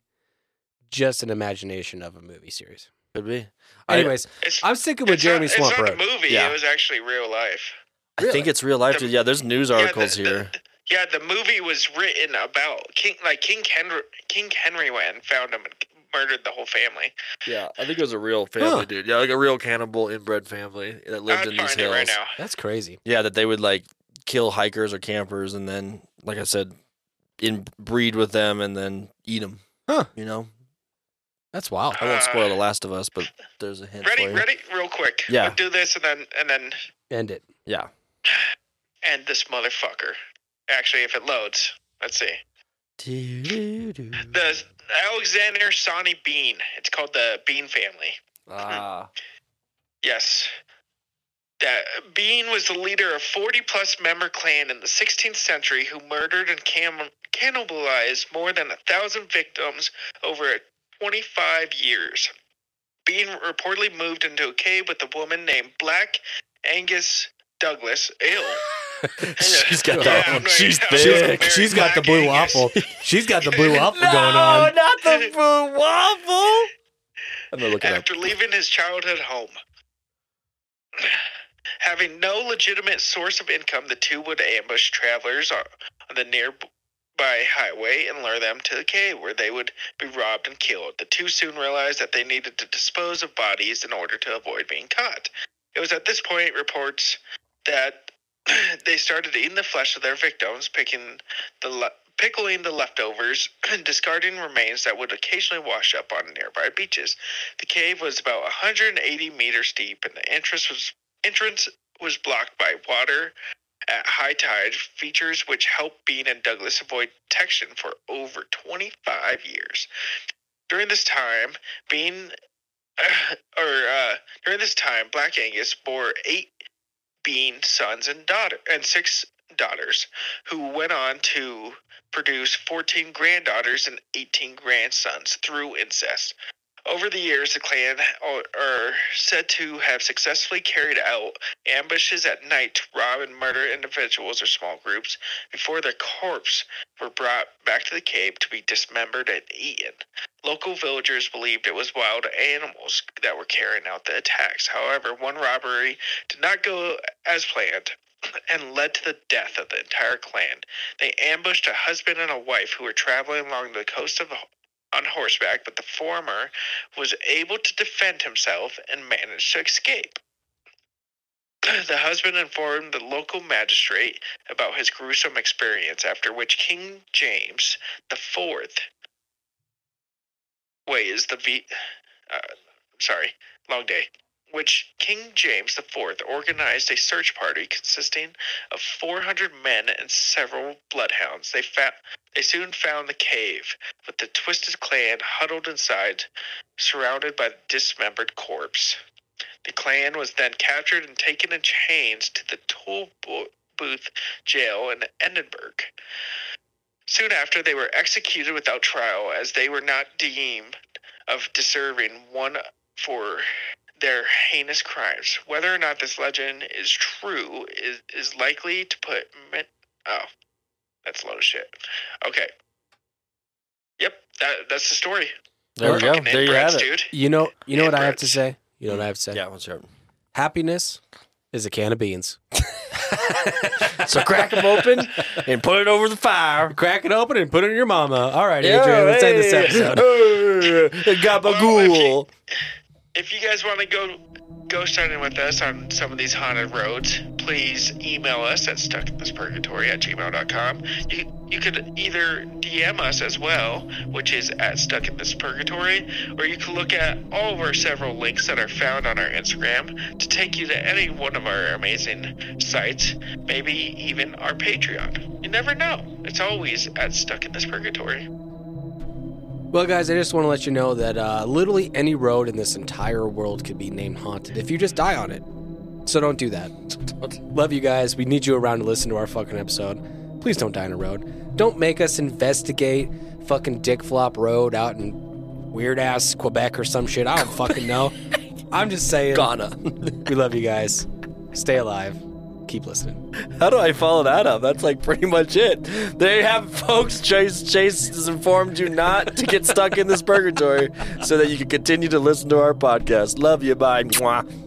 Speaker 2: just an imagination of a movie series.
Speaker 3: could be. I-
Speaker 2: Anyways,
Speaker 4: It's,
Speaker 2: I, am sticking with Jeremy
Speaker 4: not,
Speaker 2: Swamp
Speaker 4: It's not
Speaker 2: Road.
Speaker 4: a movie.
Speaker 3: Yeah.
Speaker 4: It was actually real life.
Speaker 3: I,
Speaker 2: Really?
Speaker 3: think it's real life.
Speaker 4: The-
Speaker 3: yeah, there's news articles
Speaker 4: yeah, the,
Speaker 2: (laughs)
Speaker 3: here.
Speaker 4: The, yeah, the movie was written about King, like King Henry. King Henry went and found him and murdered the whole family.
Speaker 3: yeah, I think it was a real
Speaker 2: family, Huh.
Speaker 3: dude. Yeah, like a real cannibal inbred family that lived
Speaker 4: I'd
Speaker 3: in these
Speaker 4: find
Speaker 3: hills.
Speaker 4: it right now.
Speaker 2: That's crazy.
Speaker 3: Yeah, that they would like kill hikers or campers, and then, like I said, inbreed with them, and then eat them.
Speaker 2: Huh.
Speaker 3: You know,
Speaker 2: That's wild.
Speaker 3: I won't spoil
Speaker 4: Uh,
Speaker 3: The Last of Us, but there's a hint
Speaker 4: Ready,
Speaker 3: for you.
Speaker 4: ready, real quick.
Speaker 3: Yeah.
Speaker 4: We'll do this and then and then
Speaker 2: End it.
Speaker 3: Yeah.
Speaker 4: end this motherfucker. Actually, if it loads, let's see. (laughs) The Alexander Sonny Bean. It's called the Bean family.
Speaker 3: Ah,
Speaker 4: Yes. That Bean was the leader of 40 plus member clan in the 16th century who murdered and cam- cannibalized more than a thousand victims over 25 years. Bean reportedly moved into a cave with a woman named Black Angus Douglas. (laughs) Ill.
Speaker 3: (laughs) she's got
Speaker 2: Yeah,
Speaker 3: that.
Speaker 4: I'm not-
Speaker 3: she's
Speaker 4: (laughs) I'm
Speaker 3: thick.
Speaker 4: not- Oh, She's got the blue Black Angus. waffle.
Speaker 2: She's got (laughs)
Speaker 4: the (laughs) blue waffle
Speaker 3: not
Speaker 4: (laughs) the
Speaker 3: blue waffle. I'm gonna look it up.
Speaker 4: after leaving his childhood home. Having no legitimate source of income, the two would ambush travelers on on the nearby highway and lure them to the cave where they would be robbed and killed. The two soon realized that they needed to dispose of bodies in order to avoid being caught. It was at this point, reports, that (clears throat) they started eating the flesh of their victims, picking the le- pickling the leftovers (clears throat) and discarding remains that would occasionally wash up on nearby beaches. The cave was about 180 meters deep, and the entrance was entrance was blocked by water at high tide. Features which helped Bean and Douglas avoid detection for over 25 years. During this time, Bean or uh, during this time, Black Angus bore eight Bean sons and daughter and six daughters, who went on to produce 14 granddaughters and 18 grandsons through incest. Over the years, the clan are are said to have successfully carried out ambushes at night to rob and murder individuals or small groups before their corpse were brought back to the cave to be dismembered and eaten. Local villagers believed it was wild animals that were carrying out the attacks. However, one robbery did not go as planned (clears throat) and led to the death of the entire clan. They ambushed a husband and a wife who were traveling along the coast of on horseback, but the former was able to defend himself and managed to escape. (clears throat) The husband informed the local magistrate about his gruesome experience, after which King James the Fourth. Wait, is the V. Uh, sorry, long day. Which King James the Fourth organized a search party consisting of 400 men and several bloodhounds. They, fa- they soon found the cave, with the twisted clan huddled inside, surrounded by the dismembered corpse. The clan was then captured and taken in chains to the Toll Bo- Booth Jail in Edinburgh. Soon after, they were executed without trial, as they were not deemed of deserving one for their heinous crimes. Whether or not this legend is true is, is likely to put. men- Oh, that's a load of shit. Okay. Yep, that, that's the story.
Speaker 3: There we go.
Speaker 4: Fucking
Speaker 3: There you have
Speaker 4: inbreds,
Speaker 3: it.
Speaker 4: dude.
Speaker 2: You know, you know what I have to
Speaker 4: Inbreds.
Speaker 2: say. You know what I have to say.
Speaker 3: Yeah, let's hear it.
Speaker 2: Happiness is a can of beans.
Speaker 3: (laughs) So crack them open and put it over the fire.
Speaker 2: Crack it open and put it in your mama. All right, Adrian, let's end this
Speaker 3: (laughs)
Speaker 2: episode.
Speaker 3: episode. Gabagool.
Speaker 4: If you guys want to go ghost hunting with us on some of these haunted roads, please email us at stuckinthispurgatory at gmail.com. You, you could either DM us as well, which is at stuckinthispurgatory, or you can look at all of our several links that are found on our Instagram to take you to any one of our amazing sites, maybe even our Patreon. You never know. It's always at Stuck in This Purgatory.
Speaker 2: Well, guys, I just want to let you know that uh, literally any road in this entire world could be named haunted if you just die on it. So don't do that. (laughs) Love you guys. We need you around to listen to our fucking episode. Please don't die on a road. Don't make us investigate fucking Dick Flop Road out in weird ass Quebec or some shit. I don't fucking know. I'm just saying. (laughs)
Speaker 3: Ghana.
Speaker 2: We love you guys. Stay alive. Keep listening.
Speaker 3: How do I follow that up? That's like pretty much it. There you have, it, folks. Chase Chase has informed you not to get stuck in this purgatory, so that you can continue to listen to our podcast. Love you. Bye. Mwah.